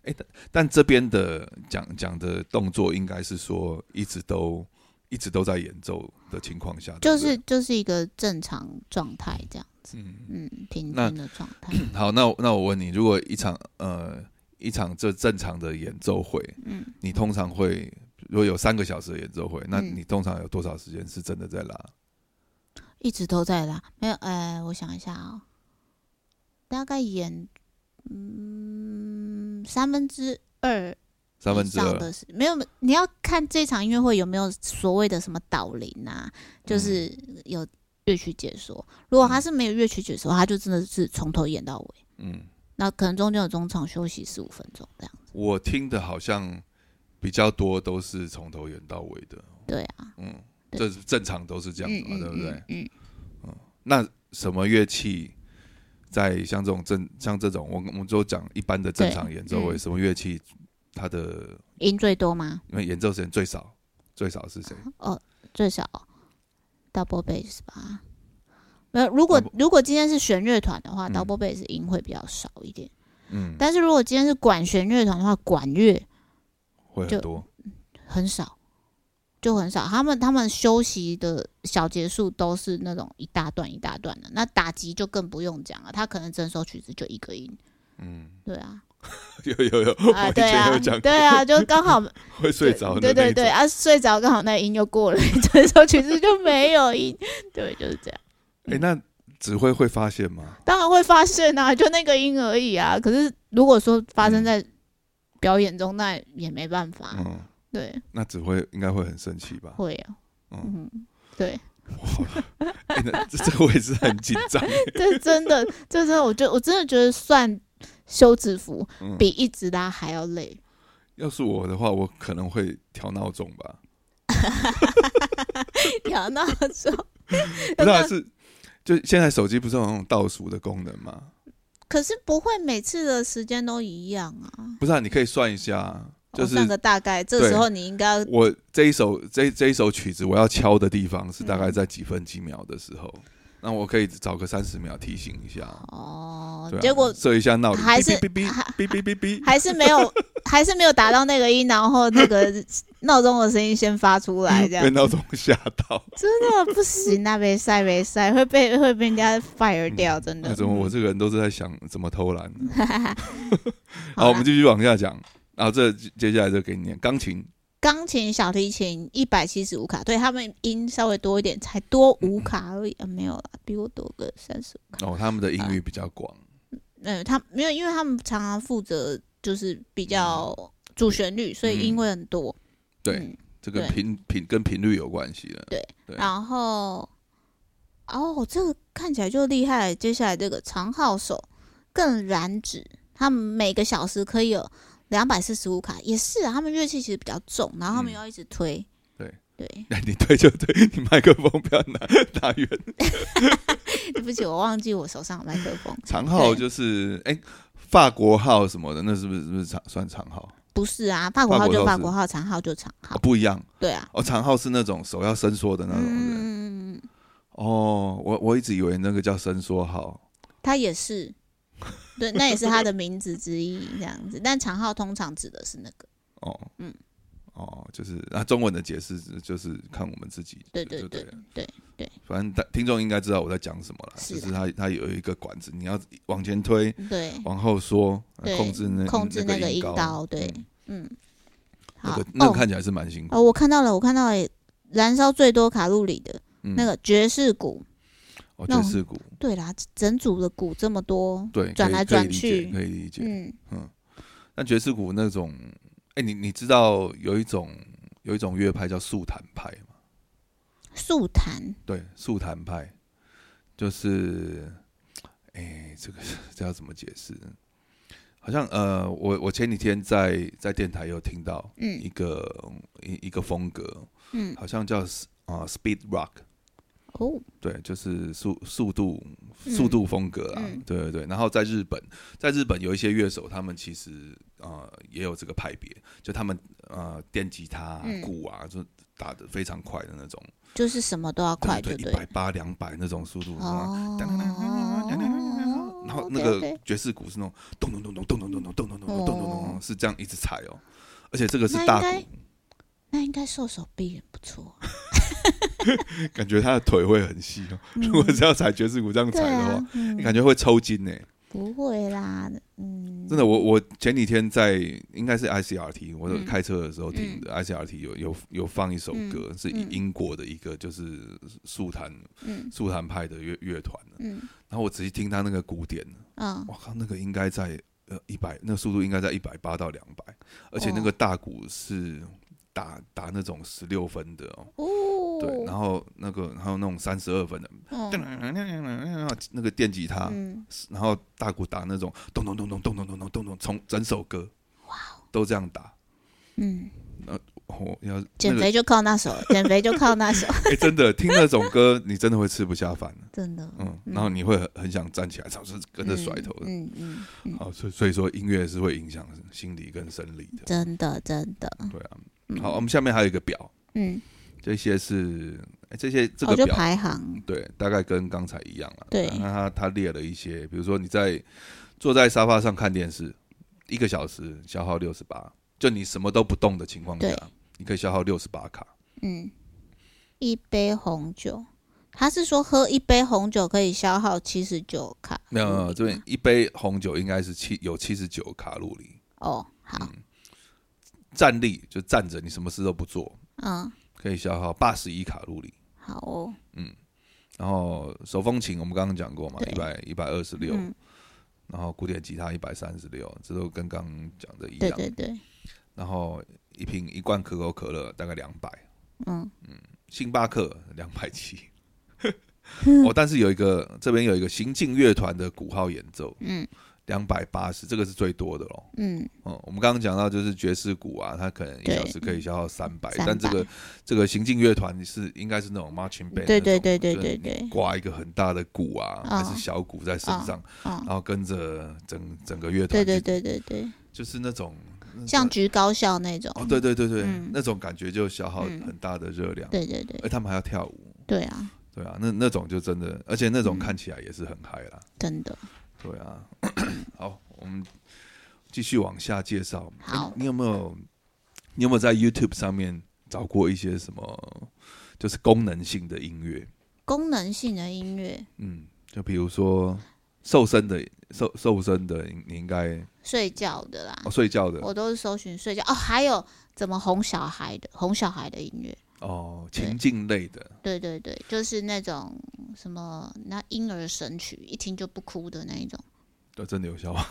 [SPEAKER 1] 哎、但但这边的讲讲的动作应该是说一直都一直都在演奏的情况下，对
[SPEAKER 2] 就
[SPEAKER 1] 不对
[SPEAKER 2] 是就是一个正常状态这样子，
[SPEAKER 1] 嗯。
[SPEAKER 2] 嗯，平
[SPEAKER 1] 那
[SPEAKER 2] 均的状态，
[SPEAKER 1] 好，那我那我问你，如果一场呃一场这正常的演奏会，
[SPEAKER 2] 嗯，
[SPEAKER 1] 你通常会如果有三个小时的演奏会，那
[SPEAKER 2] 嗯
[SPEAKER 1] 你通常有多少时间是真的在拉？
[SPEAKER 2] 一直都在拉，没有，呃，我想一下啊、大概演，嗯，三分之二
[SPEAKER 1] 三分
[SPEAKER 2] 以
[SPEAKER 1] 之
[SPEAKER 2] 上
[SPEAKER 1] 二
[SPEAKER 2] 的是没有，你要看这场音乐会有没有所谓的什么导聆啊，就是
[SPEAKER 1] 嗯
[SPEAKER 2] 有乐曲解说。如果他是没有乐曲解说，他就真的是从头演到尾，
[SPEAKER 1] 嗯，
[SPEAKER 2] 那可能中间有中场休息十五分钟这样。
[SPEAKER 1] 我听的好像比较多都是从头演到尾的，
[SPEAKER 2] 对啊，
[SPEAKER 1] 嗯，
[SPEAKER 2] 对
[SPEAKER 1] 这是正常都是这样
[SPEAKER 2] 嗯
[SPEAKER 1] 子嘛，
[SPEAKER 2] 嗯
[SPEAKER 1] 对不对
[SPEAKER 2] 嗯？嗯，
[SPEAKER 1] 那什么乐器？在像这种正像这种，我我们就讲一般的正
[SPEAKER 2] 对
[SPEAKER 1] 常演奏会，
[SPEAKER 2] 嗯
[SPEAKER 1] 什么乐器它的
[SPEAKER 2] 赢最多吗？
[SPEAKER 1] 因为演奏时间最少最少是谁？
[SPEAKER 2] 哦，最少 double bass 吧。没有，如果如果今天是弦乐团的话、
[SPEAKER 1] 嗯
[SPEAKER 2] d o u b l e bass 音会比较少一点。
[SPEAKER 1] 嗯，
[SPEAKER 2] 但是如果今天是管弦乐团的话，管乐
[SPEAKER 1] 会很
[SPEAKER 2] 就
[SPEAKER 1] 多。
[SPEAKER 2] 很少，就很少。他们他们休息的小结束都是那种一大段一大段的，那打击就更不用讲了，他可能整首曲子就一个音。
[SPEAKER 1] 嗯，
[SPEAKER 2] 对啊，
[SPEAKER 1] 有有有，我
[SPEAKER 2] 啊
[SPEAKER 1] 以
[SPEAKER 2] 对
[SPEAKER 1] 前
[SPEAKER 2] 啊
[SPEAKER 1] 有，讲
[SPEAKER 2] 对啊，就刚 好
[SPEAKER 1] 会睡着的
[SPEAKER 2] 对
[SPEAKER 1] 那
[SPEAKER 2] 对
[SPEAKER 1] 一种
[SPEAKER 2] 对。啊，睡着刚好那音又过了， 整首曲子就没有音，对，就是这样。
[SPEAKER 1] 哎，那指挥会发现吗？
[SPEAKER 2] 当然会发现啊， 就那个音而已啊。可是如果说发生在表演中，那也没办法。
[SPEAKER 1] 嗯，
[SPEAKER 2] 对，
[SPEAKER 1] 那指挥应该会很生气吧？
[SPEAKER 2] 啊会啊，
[SPEAKER 1] 嗯，
[SPEAKER 2] 嗯，对。
[SPEAKER 1] 哎那 这这个我也是很紧张。
[SPEAKER 2] 这真的，这真的，我觉得我真的觉得算休止符
[SPEAKER 1] 嗯
[SPEAKER 2] 比一直拉还要 累。
[SPEAKER 1] 要是我的话，我可能会调闹钟吧。
[SPEAKER 2] 调闹钟，
[SPEAKER 1] 不知道是就现在手机不是有那种倒数的功能吗？
[SPEAKER 2] 可是不会每次的时间都一样啊。
[SPEAKER 1] 不是，啊，你可以算一下，就
[SPEAKER 2] 我
[SPEAKER 1] 是
[SPEAKER 2] 哦算个大概，这时候你应该要
[SPEAKER 1] 我这一首这这一首曲子我要敲的地方是大
[SPEAKER 2] 嗯
[SPEAKER 1] 概在几分几秒的时候，那我可以找个三十秒提醒一下。
[SPEAKER 2] 哦
[SPEAKER 1] 对，啊
[SPEAKER 2] 结果
[SPEAKER 1] 设一下闹铃，
[SPEAKER 2] 还是
[SPEAKER 1] 哔哔哔哔哔哔哔，
[SPEAKER 2] 还是没有， 还是没有达到那个音，然后那个闹钟的声音先发出来，这样
[SPEAKER 1] 被闹钟吓到。
[SPEAKER 2] 真的不行啊！没塞没塞，会被会被人家 fire 掉，真
[SPEAKER 1] 嗯那
[SPEAKER 2] 的。
[SPEAKER 1] 哎怎么我 这个人都是在想怎么偷懒呢？
[SPEAKER 2] 嗯好啦啊
[SPEAKER 1] 好，我们继续往下讲。然后这接下来就给你念钢琴，
[SPEAKER 2] 钢琴、小提琴一百七十五卡，对他们音稍微多一点，才多五卡而已、啊，没有啦，比我多个三十五卡。
[SPEAKER 1] 哦，他们的音域比较广，
[SPEAKER 2] 嗯，他没有，因为他们常常负责就是比较主旋律，所以音会很多。
[SPEAKER 1] 嗯对
[SPEAKER 2] 嗯
[SPEAKER 1] 这个
[SPEAKER 2] 对
[SPEAKER 1] 频频跟频率有关系的。
[SPEAKER 2] 然后哦，这个看起来就厉害。接下来这个长号手更燃脂，他们每个小时可以有两百四十五卡，也是、啊、他们乐器其实比较重，然后他
[SPEAKER 1] 嗯
[SPEAKER 2] 们又要一直推。
[SPEAKER 1] 对
[SPEAKER 2] 对，
[SPEAKER 1] 哎你对就对，你麦克风不要拿拿远。
[SPEAKER 2] 对不起，我忘记我手上有麦克风。
[SPEAKER 1] 长号
[SPEAKER 2] 对
[SPEAKER 1] 就是哎、法国号什么的，那是不是是不是长算长号、
[SPEAKER 2] 不是啊，法国
[SPEAKER 1] 法
[SPEAKER 2] 号
[SPEAKER 1] 国
[SPEAKER 2] 就
[SPEAKER 1] 号
[SPEAKER 2] 法
[SPEAKER 1] 是
[SPEAKER 2] 国号，长号就长
[SPEAKER 1] 啊？
[SPEAKER 2] 号。
[SPEAKER 1] 不一样
[SPEAKER 2] 对啊，
[SPEAKER 1] 哦，长号是那种手要伸缩的那种。对不对
[SPEAKER 2] 嗯，
[SPEAKER 1] 哦，我我一直以为那个叫伸缩号。
[SPEAKER 2] 他也是，对，那也是他的名字之一，这样子。但长号通常指的是那个，
[SPEAKER 1] 哦，
[SPEAKER 2] 嗯，
[SPEAKER 1] 哦，就是啊，中文的解释是就是看我们自己。
[SPEAKER 2] 对
[SPEAKER 1] 就
[SPEAKER 2] 对
[SPEAKER 1] 对
[SPEAKER 2] 对
[SPEAKER 1] 了
[SPEAKER 2] 对对
[SPEAKER 1] 反正大听众应该知道我在讲什么了，
[SPEAKER 2] 是
[SPEAKER 1] 就
[SPEAKER 2] 啊
[SPEAKER 1] 是它它有一个管子，你要往前推，
[SPEAKER 2] 对，
[SPEAKER 1] 往后缩，啊
[SPEAKER 2] 对
[SPEAKER 1] 控制那
[SPEAKER 2] 控制
[SPEAKER 1] 那
[SPEAKER 2] 个
[SPEAKER 1] 音
[SPEAKER 2] 音高，对
[SPEAKER 1] 嗯，
[SPEAKER 2] 嗯，
[SPEAKER 1] 那
[SPEAKER 2] 好
[SPEAKER 1] 个那个
[SPEAKER 2] 哦
[SPEAKER 1] 看起来是蛮辛苦。
[SPEAKER 2] 哦，我看到了，我看到了，燃烧最多卡路里的
[SPEAKER 1] 嗯
[SPEAKER 2] 那个爵士鼓。
[SPEAKER 1] 哦，
[SPEAKER 2] 那
[SPEAKER 1] 爵
[SPEAKER 2] 种
[SPEAKER 1] 士鼓，
[SPEAKER 2] 对啦，整组的鼓这么多，
[SPEAKER 1] 对，
[SPEAKER 2] 转
[SPEAKER 1] 可以可以
[SPEAKER 2] 来转
[SPEAKER 1] 理解
[SPEAKER 2] 去
[SPEAKER 1] 可以理解。
[SPEAKER 2] 嗯，
[SPEAKER 1] 那爵士鼓那种，哎、你你知道有一种有一种乐派叫速弹派吗？
[SPEAKER 2] 速弹
[SPEAKER 1] 对，速弹派就是，哎、这个这要怎么解释呢？好像呃，我我前几天在在电台有听到
[SPEAKER 2] 嗯
[SPEAKER 1] 一个、一一个风格，
[SPEAKER 2] 嗯
[SPEAKER 1] 好像叫啊、speed rock，
[SPEAKER 2] 哦，
[SPEAKER 1] 对，就是速速度
[SPEAKER 2] 嗯
[SPEAKER 1] 速度风格啦，
[SPEAKER 2] 嗯
[SPEAKER 1] 对对对。然后在日本，在日本有一些乐手，他们其实呃也有这个派别，就他们呃电吉他、啊
[SPEAKER 2] 嗯、
[SPEAKER 1] 鼓啊，就打得非常快的那种，
[SPEAKER 2] 就是什么都要快，
[SPEAKER 1] 对，
[SPEAKER 2] 就
[SPEAKER 1] 一
[SPEAKER 2] 对
[SPEAKER 1] 百啊
[SPEAKER 2] 了。
[SPEAKER 1] 八、两百那种速度。然后
[SPEAKER 2] 哦
[SPEAKER 1] 噔噔噔噔噔噔噔，然后那
[SPEAKER 2] OK，OK
[SPEAKER 1] 个爵士鼓是那种咚咚咚咚咚咚咚咚咚咚咚咚咚咚咚，是这样一直踩哦，而且这个是
[SPEAKER 2] 那
[SPEAKER 1] 大
[SPEAKER 2] 应该
[SPEAKER 1] 鼓，
[SPEAKER 2] 那应该瘦手臂也不错。
[SPEAKER 1] 感觉他的腿会很细哦。如果是要踩爵士鼓这样踩
[SPEAKER 2] 对
[SPEAKER 1] 的话
[SPEAKER 2] 啊，，嗯
[SPEAKER 1] 你感觉会抽筋呢。
[SPEAKER 2] 不会啦，嗯，
[SPEAKER 1] 真的，我我前几天在应该是 ICRT，我开车的时候听的、ICRT 有有有放一首歌，是以
[SPEAKER 2] 嗯
[SPEAKER 1] 英国的一个就是速弹
[SPEAKER 2] 嗯
[SPEAKER 1] 速弹派的乐乐团的
[SPEAKER 2] 嗯
[SPEAKER 1] 然后我仔细听他那个鼓点，
[SPEAKER 2] 嗯，
[SPEAKER 1] 我靠，那个应该在呃一百，那速度应该在一百八到两百，而且
[SPEAKER 2] 哦
[SPEAKER 1] 那个大鼓是打打那种十六分的哦，
[SPEAKER 2] 哦，
[SPEAKER 1] 对，然
[SPEAKER 2] 后
[SPEAKER 1] 后那个还有那种三十二分的，
[SPEAKER 2] 嗯
[SPEAKER 1] 那个电吉他，
[SPEAKER 2] 嗯，
[SPEAKER 1] 然后大鼓打那种咚咚咚咚咚咚咚咚咚咚，从整首歌，哇，
[SPEAKER 2] 哦
[SPEAKER 1] 都这样打。
[SPEAKER 2] 嗯，
[SPEAKER 1] 哦，要
[SPEAKER 2] 减
[SPEAKER 1] 那个
[SPEAKER 2] 肥就靠那首，减肥就靠那首，
[SPEAKER 1] 哎，真的听那种歌，你真的会吃不下 饭的，
[SPEAKER 2] 真的，
[SPEAKER 1] 嗯，然后你会很很想站起来，总是跟着甩头的。
[SPEAKER 2] 嗯嗯，
[SPEAKER 1] 好，所以所以说音乐是会影响心理跟生理的。
[SPEAKER 2] 真的真的，
[SPEAKER 1] 对啊，
[SPEAKER 2] 嗯
[SPEAKER 1] 好，我，们下面还有一个表，
[SPEAKER 2] 嗯，
[SPEAKER 1] 这些是哎这些这
[SPEAKER 2] 我
[SPEAKER 1] 个
[SPEAKER 2] 哦就
[SPEAKER 1] 表
[SPEAKER 2] 排行，
[SPEAKER 1] 对，大概跟刚才一样了。
[SPEAKER 2] 对
[SPEAKER 1] 那他他列了一些，比如说你在坐在沙发上看电视，一个小时消耗六十八，就你什么都不动的情况下
[SPEAKER 2] 对，
[SPEAKER 1] 你可以消耗六十八卡。
[SPEAKER 2] 嗯，一杯红酒，他是说喝一杯红酒可以消耗七十九卡，
[SPEAKER 1] 那、这边一杯红酒应该是七有七十九卡路里。
[SPEAKER 2] 哦，好，
[SPEAKER 1] 嗯站立就站着，你什么事都不做，
[SPEAKER 2] 嗯，
[SPEAKER 1] 可以消耗八十一卡路里。
[SPEAKER 2] 好哦，
[SPEAKER 1] 然后手风琴我们刚刚讲过嘛，
[SPEAKER 2] 对
[SPEAKER 1] 一百一百二十六，
[SPEAKER 2] 嗯，
[SPEAKER 1] 然后古典吉他一百三十六，这都跟刚刚讲的一
[SPEAKER 2] 对
[SPEAKER 1] 样。
[SPEAKER 2] 对对，
[SPEAKER 1] 然后一瓶一罐可口可乐大概两百，
[SPEAKER 2] 嗯
[SPEAKER 1] 星巴克两百七。
[SPEAKER 2] 嗯
[SPEAKER 1] 哦，但是有一个这边有一个行进乐团的鼓号演奏，
[SPEAKER 2] 嗯
[SPEAKER 1] 两百八十，这个是最多的咯。
[SPEAKER 2] 嗯，
[SPEAKER 1] 嗯，我们刚刚讲到就是爵士鼓啊，它可能一
[SPEAKER 2] 对
[SPEAKER 1] 小时可以消耗三百，
[SPEAKER 2] 300
[SPEAKER 1] 但这个这个行进乐团是应该是那种 marching band，那
[SPEAKER 2] 对对
[SPEAKER 1] 种
[SPEAKER 2] 对对
[SPEAKER 1] 就是
[SPEAKER 2] 对
[SPEAKER 1] 你
[SPEAKER 2] 对
[SPEAKER 1] 挂一个很大的鼓啊，
[SPEAKER 2] 嗯
[SPEAKER 1] 还是小鼓在身上，
[SPEAKER 2] 嗯
[SPEAKER 1] 然，后跟着整整个乐团，
[SPEAKER 2] 对对，对对对，
[SPEAKER 1] 就是那种那
[SPEAKER 2] 像橘高校那种，
[SPEAKER 1] 哦，对对对对
[SPEAKER 2] 嗯，
[SPEAKER 1] 那种感觉就消耗
[SPEAKER 2] 嗯
[SPEAKER 1] 很大的热量，
[SPEAKER 2] 对对对
[SPEAKER 1] 而他们还要跳舞，
[SPEAKER 2] 对啊，
[SPEAKER 1] 对啊，那那种就真的，而且那种
[SPEAKER 2] 嗯
[SPEAKER 1] 看起来也是很嗨啦。
[SPEAKER 2] 真的
[SPEAKER 1] 对啊， 好，我们继续往下介绍。诶
[SPEAKER 2] 好
[SPEAKER 1] 你有没有你有没有在 YouTube 上面找过一些什么就是功能性的音乐？
[SPEAKER 2] 功能性的音乐，
[SPEAKER 1] 嗯，就比如说瘦身的瘦瘦身的，你你应该
[SPEAKER 2] 睡觉的啦，
[SPEAKER 1] 哦睡觉的
[SPEAKER 2] 我都是搜寻睡觉哦，还有怎么哄小孩的，哄小孩的音乐，
[SPEAKER 1] 哦
[SPEAKER 2] 对
[SPEAKER 1] 情境类的
[SPEAKER 2] 对对对，就是那种什么那婴儿神曲，一听就不哭的那一种。
[SPEAKER 1] 都真的有效吗？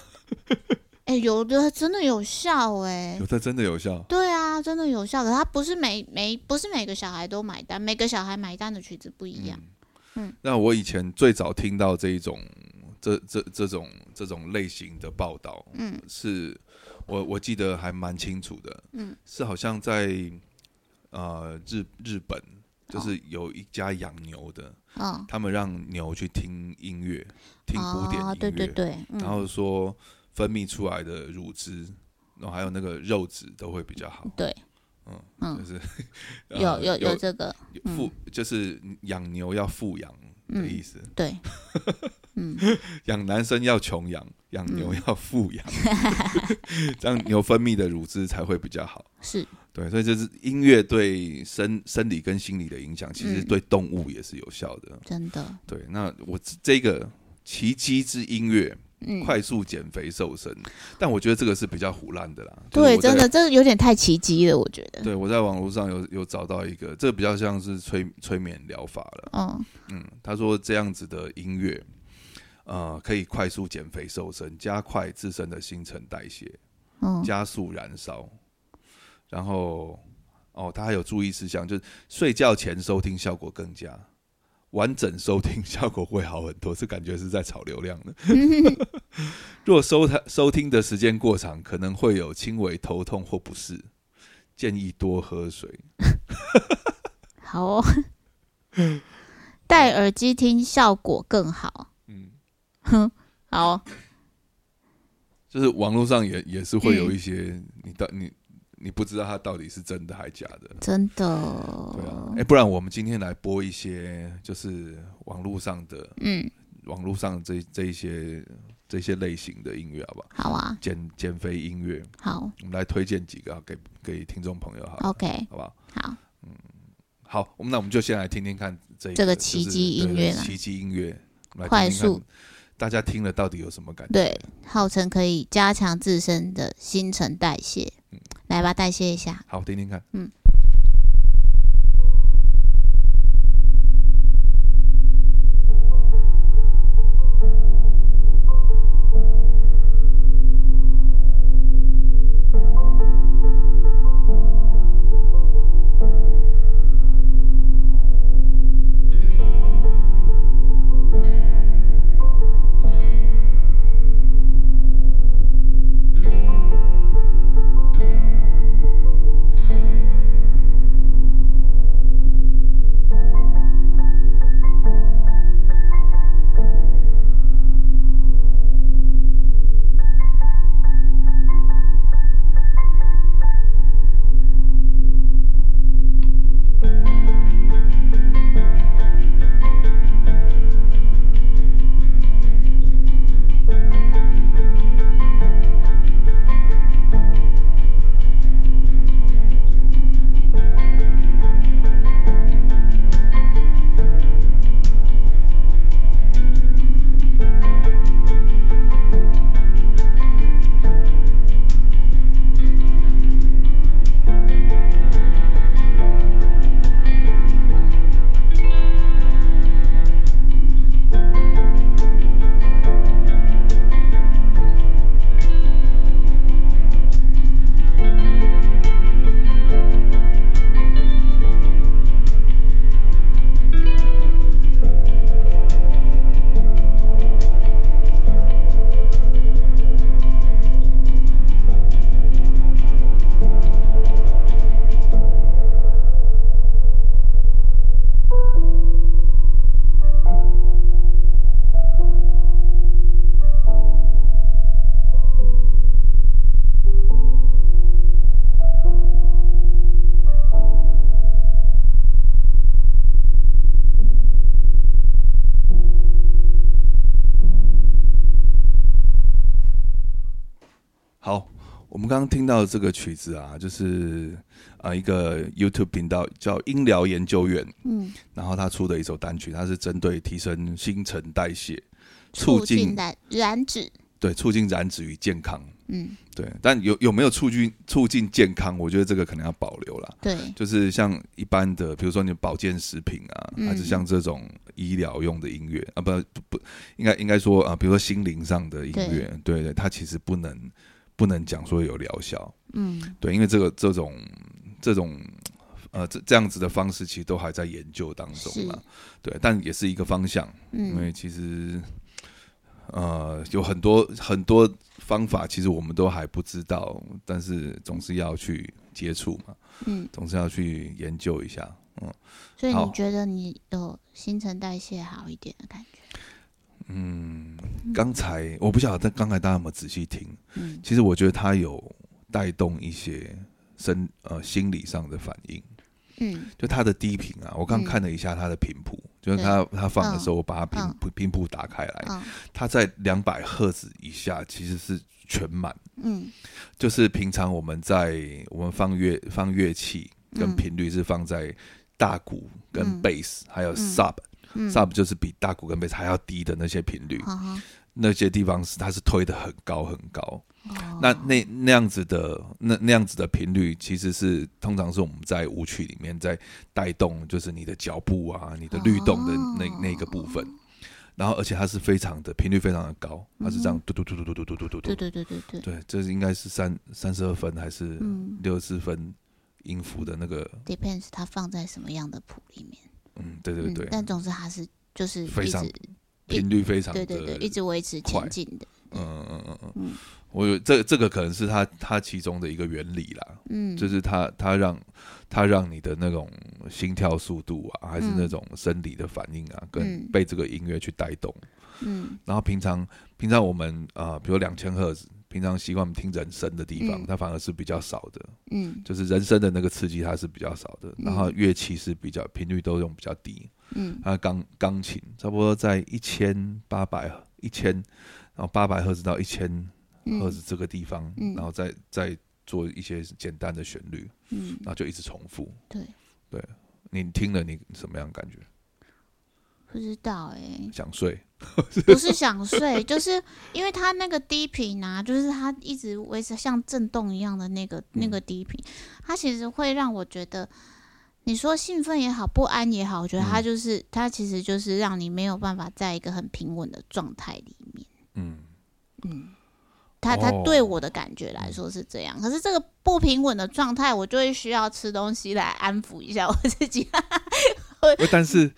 [SPEAKER 2] 哎、有的真的有效哎、
[SPEAKER 1] 有的真的有效。
[SPEAKER 2] 对啊，真的有效的。它不是每每不是每个小孩都买单，每个小孩买单的曲子不一样。
[SPEAKER 1] 嗯
[SPEAKER 2] 嗯，
[SPEAKER 1] 那我以前最早听到这一种这这这种这种类型的报道，
[SPEAKER 2] 嗯，
[SPEAKER 1] 是我我记得还蛮清楚的，
[SPEAKER 2] 嗯，
[SPEAKER 1] 是好像在呃日日本，就是有一家养牛的，
[SPEAKER 2] 嗯，
[SPEAKER 1] 他们让牛去听音乐，听古典音乐，
[SPEAKER 2] 哦，对对对，嗯
[SPEAKER 1] 然后说分泌出来的乳汁，然后还有那个肉质都会比较好，
[SPEAKER 2] 对，
[SPEAKER 1] 嗯就
[SPEAKER 2] 嗯，
[SPEAKER 1] 是呃
[SPEAKER 2] 有有有
[SPEAKER 1] 有
[SPEAKER 2] 这个，嗯
[SPEAKER 1] 富，就是养牛要富养的意
[SPEAKER 2] 嗯，
[SPEAKER 1] 思，
[SPEAKER 2] 对，嗯，
[SPEAKER 1] 养男生要穷养，养牛要富养， 这样牛分泌的乳汁才会比较好。
[SPEAKER 2] 是，
[SPEAKER 1] 对，所以就是音乐对生生理跟心理的影响，其实
[SPEAKER 2] 嗯
[SPEAKER 1] 对动物也是有效的。
[SPEAKER 2] 真的，
[SPEAKER 1] 对，那我这这个奇迹之音乐。
[SPEAKER 2] 嗯，
[SPEAKER 1] 快速减肥瘦身，但我觉得这个是比较胡乱的啦。就是
[SPEAKER 2] 对，
[SPEAKER 1] 我在
[SPEAKER 2] 真的，。这有点太奇迹了，我觉得，
[SPEAKER 1] 对，我在网络上有有找到一个，这个比较像是催催眠疗法了。
[SPEAKER 2] 嗯，
[SPEAKER 1] 嗯，他说这样子的音乐，呃，可以快速减肥瘦身，加快自身的新陈代谢，
[SPEAKER 2] 嗯，
[SPEAKER 1] 加速燃烧。然后，哦，他还有注意事项，就是睡觉前收听效果更佳，完整收听效果会好很多。这感觉是在炒流量的。若收它收听的时间过长，可能会有轻微头痛或不适，建议多喝水。
[SPEAKER 2] 好 哦，戴耳机听效果更好，
[SPEAKER 1] 嗯，
[SPEAKER 2] 好哦，
[SPEAKER 1] 就是网络上也也是会
[SPEAKER 2] 嗯
[SPEAKER 1] 有一些、你到你你不知道它到底是真的还假的。
[SPEAKER 2] 真的，
[SPEAKER 1] 对啊，
[SPEAKER 2] 哦
[SPEAKER 1] 哎、不然我们今天来播一些就是网络上的
[SPEAKER 2] 嗯，
[SPEAKER 1] 网络上这这一些这些类型的音乐，好不好？
[SPEAKER 2] 好啊，
[SPEAKER 1] 减减肥音乐，
[SPEAKER 2] 好
[SPEAKER 1] 我们来推荐几个啊给给听众朋友好了，
[SPEAKER 2] ，OK，
[SPEAKER 1] 好不好？
[SPEAKER 2] 好，
[SPEAKER 1] 好，我们那我们就先来听听看这
[SPEAKER 2] 这
[SPEAKER 1] 个
[SPEAKER 2] 个
[SPEAKER 1] 就
[SPEAKER 2] 奇
[SPEAKER 1] 是对
[SPEAKER 2] 迹音
[SPEAKER 1] 对
[SPEAKER 2] 乐啦
[SPEAKER 1] 奇迹音乐，我们来
[SPEAKER 2] 快
[SPEAKER 1] 听听看
[SPEAKER 2] 速，
[SPEAKER 1] 大家听了到底有什么感觉？
[SPEAKER 2] 对，号称可以加强自身的新陈代谢
[SPEAKER 1] 嗯，
[SPEAKER 2] 来吧，代谢一下，
[SPEAKER 1] 好，听听看。
[SPEAKER 2] 嗯。
[SPEAKER 1] 好，我们刚刚听到这个曲子啊，就是啊、呃一个 YouTube 频道叫音疗研究院，
[SPEAKER 2] 嗯，
[SPEAKER 1] 然后他出的一首单曲，它是针对提升新陈代谢，
[SPEAKER 2] 促
[SPEAKER 1] 促
[SPEAKER 2] 进
[SPEAKER 1] 进
[SPEAKER 2] 燃燃脂，
[SPEAKER 1] 对促进燃脂与健康。
[SPEAKER 2] 嗯，
[SPEAKER 1] 对，但有有没有促进促进健康？我觉得这个可能要保留啦。
[SPEAKER 2] 对，
[SPEAKER 1] 就是像一般的，比如说你保健食品啊，
[SPEAKER 2] 嗯
[SPEAKER 1] 还是像这种医疗用的音乐啊，不不不，应该应该说啊，比如说心灵上的音乐，对对，它其实不能不能讲说有疗效，
[SPEAKER 2] 嗯，
[SPEAKER 1] 对，因为这个这种这种呃，这这样子的方式其实都还在研究当中啦。对，但也是一个方向，因
[SPEAKER 2] 嗯
[SPEAKER 1] 为其实呃有很多很多方法，其实我们都还不知道，但是总是要去接触嘛，
[SPEAKER 2] 嗯，
[SPEAKER 1] 总是要去研究一下。嗯
[SPEAKER 2] 所以
[SPEAKER 1] 好
[SPEAKER 2] 你觉得你有新陈代谢好一点的感觉？
[SPEAKER 1] 嗯，刚才我不晓得刚才大家有没有仔细听，
[SPEAKER 2] 嗯，
[SPEAKER 1] 其实我觉得它有带动一些身呃心理上的反应。
[SPEAKER 2] 嗯，
[SPEAKER 1] 就它的低频啊，我刚
[SPEAKER 2] 嗯
[SPEAKER 1] 看了一下它的频谱，就是它它放的时候，我把它频
[SPEAKER 2] 嗯
[SPEAKER 1] 谱频谱打开来，
[SPEAKER 2] 嗯，
[SPEAKER 1] 它在两百赫兹以下其实是全满，
[SPEAKER 2] 嗯，
[SPEAKER 1] 就是平常我们在我们放乐放乐器跟
[SPEAKER 2] 嗯
[SPEAKER 1] 频率是放在大鼓跟
[SPEAKER 2] 嗯
[SPEAKER 1] 贝斯，还有
[SPEAKER 2] 嗯
[SPEAKER 1] sub
[SPEAKER 2] 嗯，哦
[SPEAKER 1] sub 就是比大鼓跟贝斯还要低的那些频率，
[SPEAKER 2] 好好，
[SPEAKER 1] 那些地方是它是推的很高很高，
[SPEAKER 2] 哦
[SPEAKER 1] 那那那样子的那那样子的频率，其实是通常是我们在舞曲里面在带动，就是你的脚步啊，你的律动的那、
[SPEAKER 2] 哦
[SPEAKER 1] 那个部分。然后，而且它是非常的频率非常的高，它是这样
[SPEAKER 2] 嗯
[SPEAKER 1] 嘟嘟嘟嘟嘟嘟嘟嘟嘟嘟。
[SPEAKER 2] 对对对对对，
[SPEAKER 1] 对，这是应该是三三十二分还是
[SPEAKER 2] 嗯
[SPEAKER 1] 六十四分音符的那个？
[SPEAKER 2] ，depends 它放在什么样的谱里面。
[SPEAKER 1] 嗯，对对
[SPEAKER 2] 嗯，
[SPEAKER 1] 对，
[SPEAKER 2] 但总之它是就是
[SPEAKER 1] 非
[SPEAKER 2] 一
[SPEAKER 1] 常
[SPEAKER 2] 直
[SPEAKER 1] 频率非常的
[SPEAKER 2] 对对对，一直维持
[SPEAKER 1] 快
[SPEAKER 2] 前进的。
[SPEAKER 1] 嗯嗯嗯嗯嗯
[SPEAKER 2] 嗯，
[SPEAKER 1] 我有这这个可能是它它其中的一个原理啦。
[SPEAKER 2] 嗯，
[SPEAKER 1] 就是它它让它让你的那种心跳速度啊，还是
[SPEAKER 2] 嗯
[SPEAKER 1] 那种生理的反应啊，跟
[SPEAKER 2] 嗯
[SPEAKER 1] 被这个音乐去带动。
[SPEAKER 2] 嗯
[SPEAKER 1] 然后平常平常我们啊、呃比如两千赫兹，平常习惯我们听人声的地方，
[SPEAKER 2] 嗯
[SPEAKER 1] 它反而是比较少的，
[SPEAKER 2] 嗯
[SPEAKER 1] 就是人声的那个刺激它是比较少的。
[SPEAKER 2] 嗯
[SPEAKER 1] 然后乐器是比较频率都用比较低，
[SPEAKER 2] 嗯
[SPEAKER 1] 它钢钢琴差不多在一千八百一千，然后八百赫兹到一千
[SPEAKER 2] 嗯
[SPEAKER 1] 赫兹这个地方，
[SPEAKER 2] 嗯
[SPEAKER 1] 然后再再做一些简单的旋律。
[SPEAKER 2] 嗯，
[SPEAKER 1] 然后就一直重复。
[SPEAKER 2] 对，
[SPEAKER 1] 对，你听了你什么样的感觉？
[SPEAKER 2] 不知道哎、
[SPEAKER 1] 想睡？
[SPEAKER 2] 不是想睡，就是因为它那个低频啊，就是它一直维持像震动一样的那
[SPEAKER 1] 嗯
[SPEAKER 2] 个那个低频，它其实会让我觉得，你说兴奋也好，不安也好，我觉得它
[SPEAKER 1] 嗯
[SPEAKER 2] 就是、它其实就是让你没有办法在一个很平稳的状态里面。
[SPEAKER 1] 嗯，
[SPEAKER 2] 嗯，它它
[SPEAKER 1] 哦
[SPEAKER 2] 对我的感觉来说是这样，可是这个不平稳的状态，我就会需要吃东西来安抚一下我自己。
[SPEAKER 1] 呃但是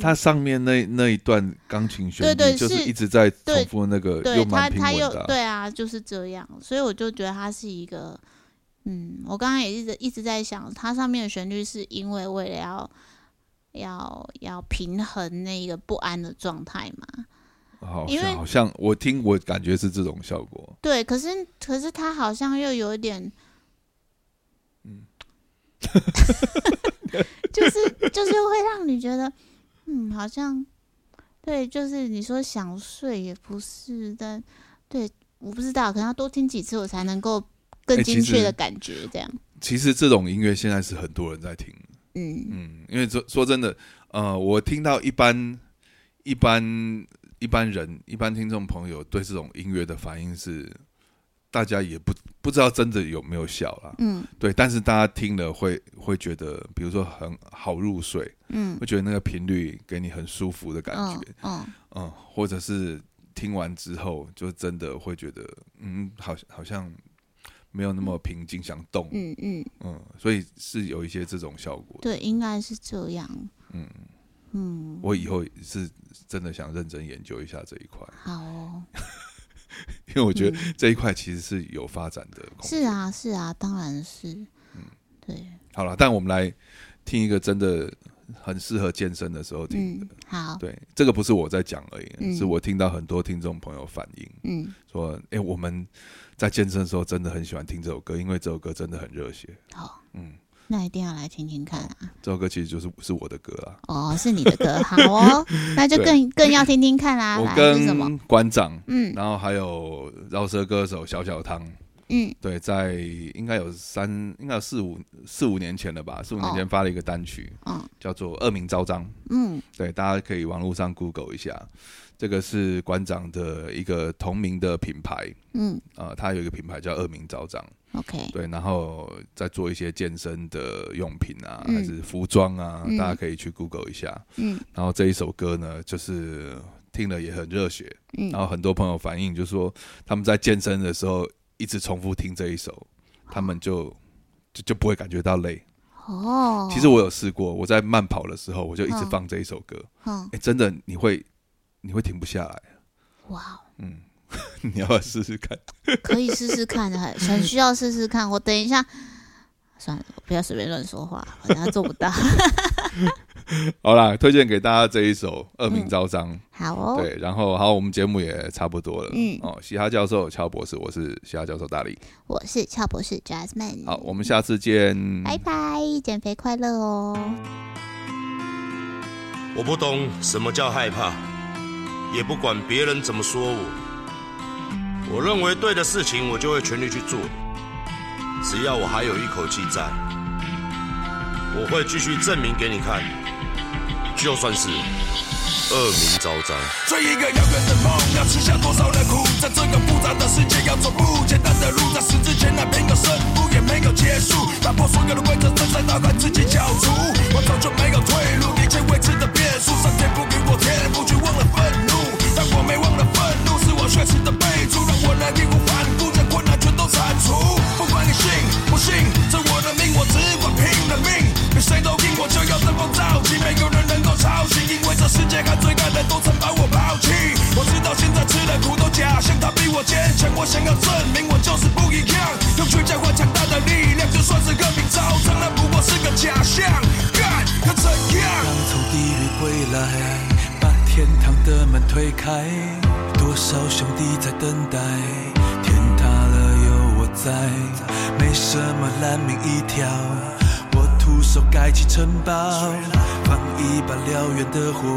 [SPEAKER 1] 它上面那那一段钢琴旋律，
[SPEAKER 2] 嗯对对
[SPEAKER 1] 就是
[SPEAKER 2] 是
[SPEAKER 1] 一直在重
[SPEAKER 2] 对
[SPEAKER 1] 复那个，
[SPEAKER 2] 对他，
[SPEAKER 1] 蛮平
[SPEAKER 2] 他
[SPEAKER 1] 稳
[SPEAKER 2] 又
[SPEAKER 1] 的啊、
[SPEAKER 2] 对啊，就是这样，所以我就觉得它是一个，嗯，我刚刚也一直一直在想，它上面的旋律是因为为了要要要平衡那一个不安的状态嘛？
[SPEAKER 1] 好啊
[SPEAKER 2] 因为
[SPEAKER 1] 像好像我听我感觉是这种效果。
[SPEAKER 2] 对，可是可是它好像又有一点，
[SPEAKER 1] 嗯，
[SPEAKER 2] 就是就是会让你觉得，嗯，好像对，就是你说想睡也不是，但对，我不知道，可能要多听几次我才能够
[SPEAKER 1] 哎
[SPEAKER 2] 更
[SPEAKER 1] 其
[SPEAKER 2] 精确
[SPEAKER 1] 实
[SPEAKER 2] 的感觉这样，
[SPEAKER 1] 其实这种音乐现在是很多人在听，
[SPEAKER 2] 嗯。
[SPEAKER 1] 嗯，因为说说真的，呃，我听到一般一般一般人一般听众朋友对这种音乐的反应是，大家也不不知道真的有没有效啦，
[SPEAKER 2] 嗯
[SPEAKER 1] 对，但是大家听了会会觉得，比如说很好入睡，
[SPEAKER 2] 嗯
[SPEAKER 1] 会觉得那个频率给你很舒服的感
[SPEAKER 2] 嗯
[SPEAKER 1] 觉，
[SPEAKER 2] 嗯
[SPEAKER 1] 嗯或者是听完之后就真的会觉得，嗯，好像好像没有那么平静，想动，嗯
[SPEAKER 2] 嗯嗯，
[SPEAKER 1] 所以是有一些这种效果的。
[SPEAKER 2] 对，应该是这样。
[SPEAKER 1] 嗯，
[SPEAKER 2] 嗯，
[SPEAKER 1] 我以后是真的想认真研究一下这一块，
[SPEAKER 2] 好哦。
[SPEAKER 1] 因为我
[SPEAKER 2] 我
[SPEAKER 1] 觉得这一块其实是有发展的空间。
[SPEAKER 2] 是啊是啊，当然是。
[SPEAKER 1] 嗯
[SPEAKER 2] 对，
[SPEAKER 1] 好了，但我们来听一个真的很适合健身的时候听的。
[SPEAKER 2] 嗯，好，
[SPEAKER 1] 对，这个不是我在讲而已，
[SPEAKER 2] 嗯
[SPEAKER 1] 是我听到很多听众朋友反映
[SPEAKER 2] 嗯，
[SPEAKER 1] 说，哎、我们在健身的时候真的很喜欢听这首歌，因为这首歌真的很热血。
[SPEAKER 2] 好，
[SPEAKER 1] 嗯，
[SPEAKER 2] 那一定要来听听看啊。
[SPEAKER 1] 这首歌其实就是是我的歌啦。
[SPEAKER 2] 哦，是你的歌，好 哦，那就更更要听听看啦。
[SPEAKER 1] 我
[SPEAKER 2] 来啊是什么？
[SPEAKER 1] 跟馆长，
[SPEAKER 2] 嗯
[SPEAKER 1] 然后还有饶舌歌手小小汤，
[SPEAKER 2] 嗯
[SPEAKER 1] 对，在应该有三，应该有四五四五年前了吧，四五年前发了一个单曲，
[SPEAKER 2] 哦嗯
[SPEAKER 1] 叫做《恶名昭彰》。
[SPEAKER 2] 嗯
[SPEAKER 1] 对，大家可以网络上 Google 一下，这个是馆长的一个同名的品牌。
[SPEAKER 2] 嗯
[SPEAKER 1] 啊，它有一个品牌叫恶名昭彰，
[SPEAKER 2] ，OK，
[SPEAKER 1] 对，然后再做一些健身的用品啊，
[SPEAKER 2] 嗯
[SPEAKER 1] 还是服装啊，
[SPEAKER 2] 嗯
[SPEAKER 1] 大家可以去 Google 一下。
[SPEAKER 2] 嗯
[SPEAKER 1] 然后这一首歌呢，就是听了也很热血，
[SPEAKER 2] 嗯
[SPEAKER 1] 然，后很多朋友反映就说他们在健身的时候一直重复听这一首，他们就就就不会感觉到累，
[SPEAKER 2] 哦，
[SPEAKER 1] 其实我有试过，我在慢跑的时候，我就一直
[SPEAKER 2] 嗯
[SPEAKER 1] 放这一首歌。
[SPEAKER 2] 嗯
[SPEAKER 1] 哎、真的，你会你会停不下来。
[SPEAKER 2] 哇，
[SPEAKER 1] 嗯，你要不要试试看？
[SPEAKER 2] 可以试试看的，还很需要试试看。我等一下，算了，我不要随便乱说话，我等下做不 到。
[SPEAKER 1] 好啦，推荐给大家这一首《恶
[SPEAKER 2] 嗯
[SPEAKER 1] 名昭彰》。
[SPEAKER 2] 好哦，
[SPEAKER 1] 对，然后好，我们节目也差不多了。
[SPEAKER 2] 嗯
[SPEAKER 1] 哦，嘻哈教授乔博士，我是嘻哈教授大力。
[SPEAKER 2] 我是俏博士 Jasmine，
[SPEAKER 1] 好，我们下次见。
[SPEAKER 2] 嗯拜拜，减肥快乐哦。
[SPEAKER 3] 我不懂什么叫害怕，也不管别人怎么说我。我认为对的事情，我就会全力去做。只要我还有一口气在，我会继续证明给你看，就算是恶名昭彰。
[SPEAKER 4] 追一个遥远的梦，要吃下多少的苦？在这个复杂的世界，要走不简单的路，在十字前那边有胜负，也没有结束，打破所有的规则，真正打开自己角逐。我早就没有退路，一切未知的变数，上天不给我天赋，却忘了愤怒，但我没忘了愤怒，是我学识的背书，让我能义无反顾，将困难全都铲除。不管你信不信，这我的命，我只管拼了命，比谁都硬，我就要登峰造极，没有人能够超行，因为这世界看最看的都曾把我抛弃。我知道现在吃的苦都假象，他比我坚强。我想要证明我就是不一样，用倔强换强大的力量。就算是恶名昭彰，那不过是个假象。干又怎样？
[SPEAKER 5] 刚从地狱归来，把天堂的门推开，多少兄弟在等待，天塌了有我在，没什么烂命一条，我徒手盖起城堡，放一把燎原的火，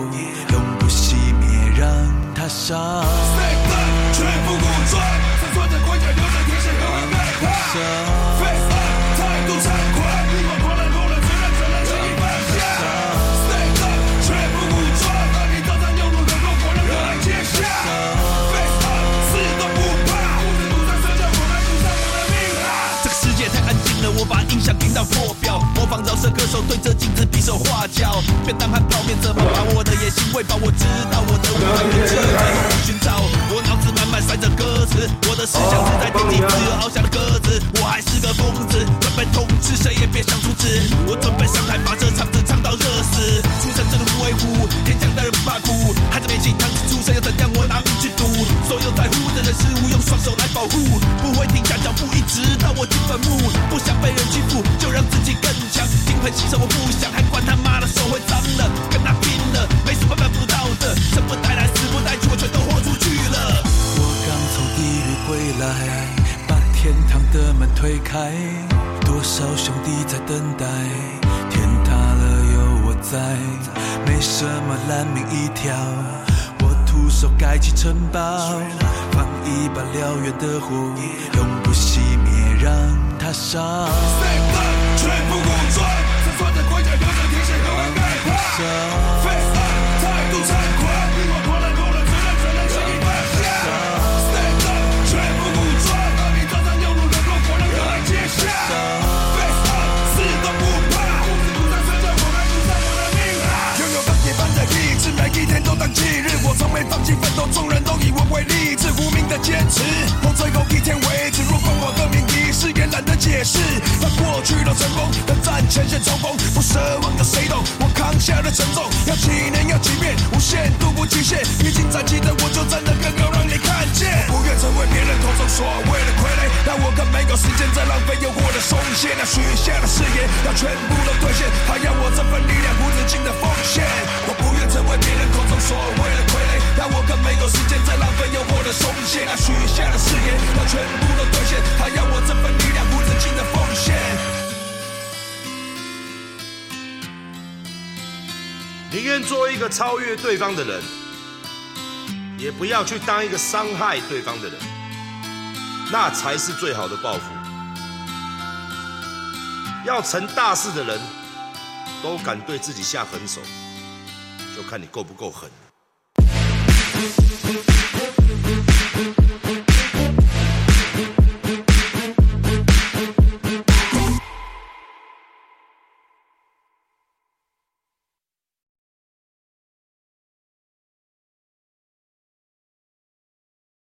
[SPEAKER 5] 永不熄灭，让它烧。
[SPEAKER 4] 奋战，绝不顾转，闪烁着光脚，留在天线，永远害怕。
[SPEAKER 5] 烧。
[SPEAKER 4] face up，态度猖狂，我狂了狂了，承认承认，轻易放下。Stand up，绝不武装，恶名昭彰，有路能够狂人热爱天下。Face up，死都不怕，不死不上身教，我来赌上我的命啊！
[SPEAKER 6] 这个世界太安静了，我把音响听到破表，模仿饶舌歌手对着镜子比手画脚，便当和泡面怎么把我的野心喂饱？我知道我的武装跟这在努力寻找，我脑子满满塞着歌词，我的思想是在天际自由翱翔的鸽子，我还是个疯子，准备通吃，谁也别想阻止，我准备上台把这场子唱到热死，出生真的不为虎，天降大人不怕苦，孩子没起堂子出生要怎样？我拿命去赌，所有在乎的人事物用双手来保护，不会停下脚步，一直到我进坟墓。不想被人欺负，就让自己更强。金盆洗手我不想，还管他妈的手会脏了，跟他拼了，没什么办不到的，生不带来死不带去，我全都豁出去了。
[SPEAKER 5] 我刚从地狱归来，把天堂的门推开，多少兄弟在等待，天塌了有我在，没什么烂命一条，我徒手盖起城堡，放一把燎原的火，永不熄灭，让它烧。
[SPEAKER 4] Stand up，绝不武装，闪烁着光脚，留在天线，永远害怕。Face up，态度猖狂，我狂了狂了，承认承认，轻易放下。Stand up，绝不武装，恶名昭彰，有路能够狂人热爱天下。Face up，死都不怕，不死不上身教，我来赌上我的命啊！拥有钢铁般的意志，每一天都当忌日，我从没放弃奋斗，众人都以我为励志，无名的坚持，到最后一天为止。若关我的名义，誓言懒得解释。他过去的成功，但战前线冲锋，不奢望有谁懂我扛下的沉重。要几年，要几遍，无限度不极限，披荆斩棘的我就站得更高，让你看见。不愿成为别人口中所谓的傀儡，让我更没有时间再浪费诱惑的松懈。那许下的誓言，要全部都兑现，还要我这份力量无止境的奉献。我不愿成为别人口中所谓的傀儡，让我更没有时间再浪费诱惑的松懈。那许下的誓言，要全部都兑现，还要我这份力量无止境的奉献。
[SPEAKER 3] 宁愿做一个超越对方的人，也不要去当一个伤害对方的人，那才是最好的报复。要成大事的人，都敢对自己下狠手，就看你够不够狠。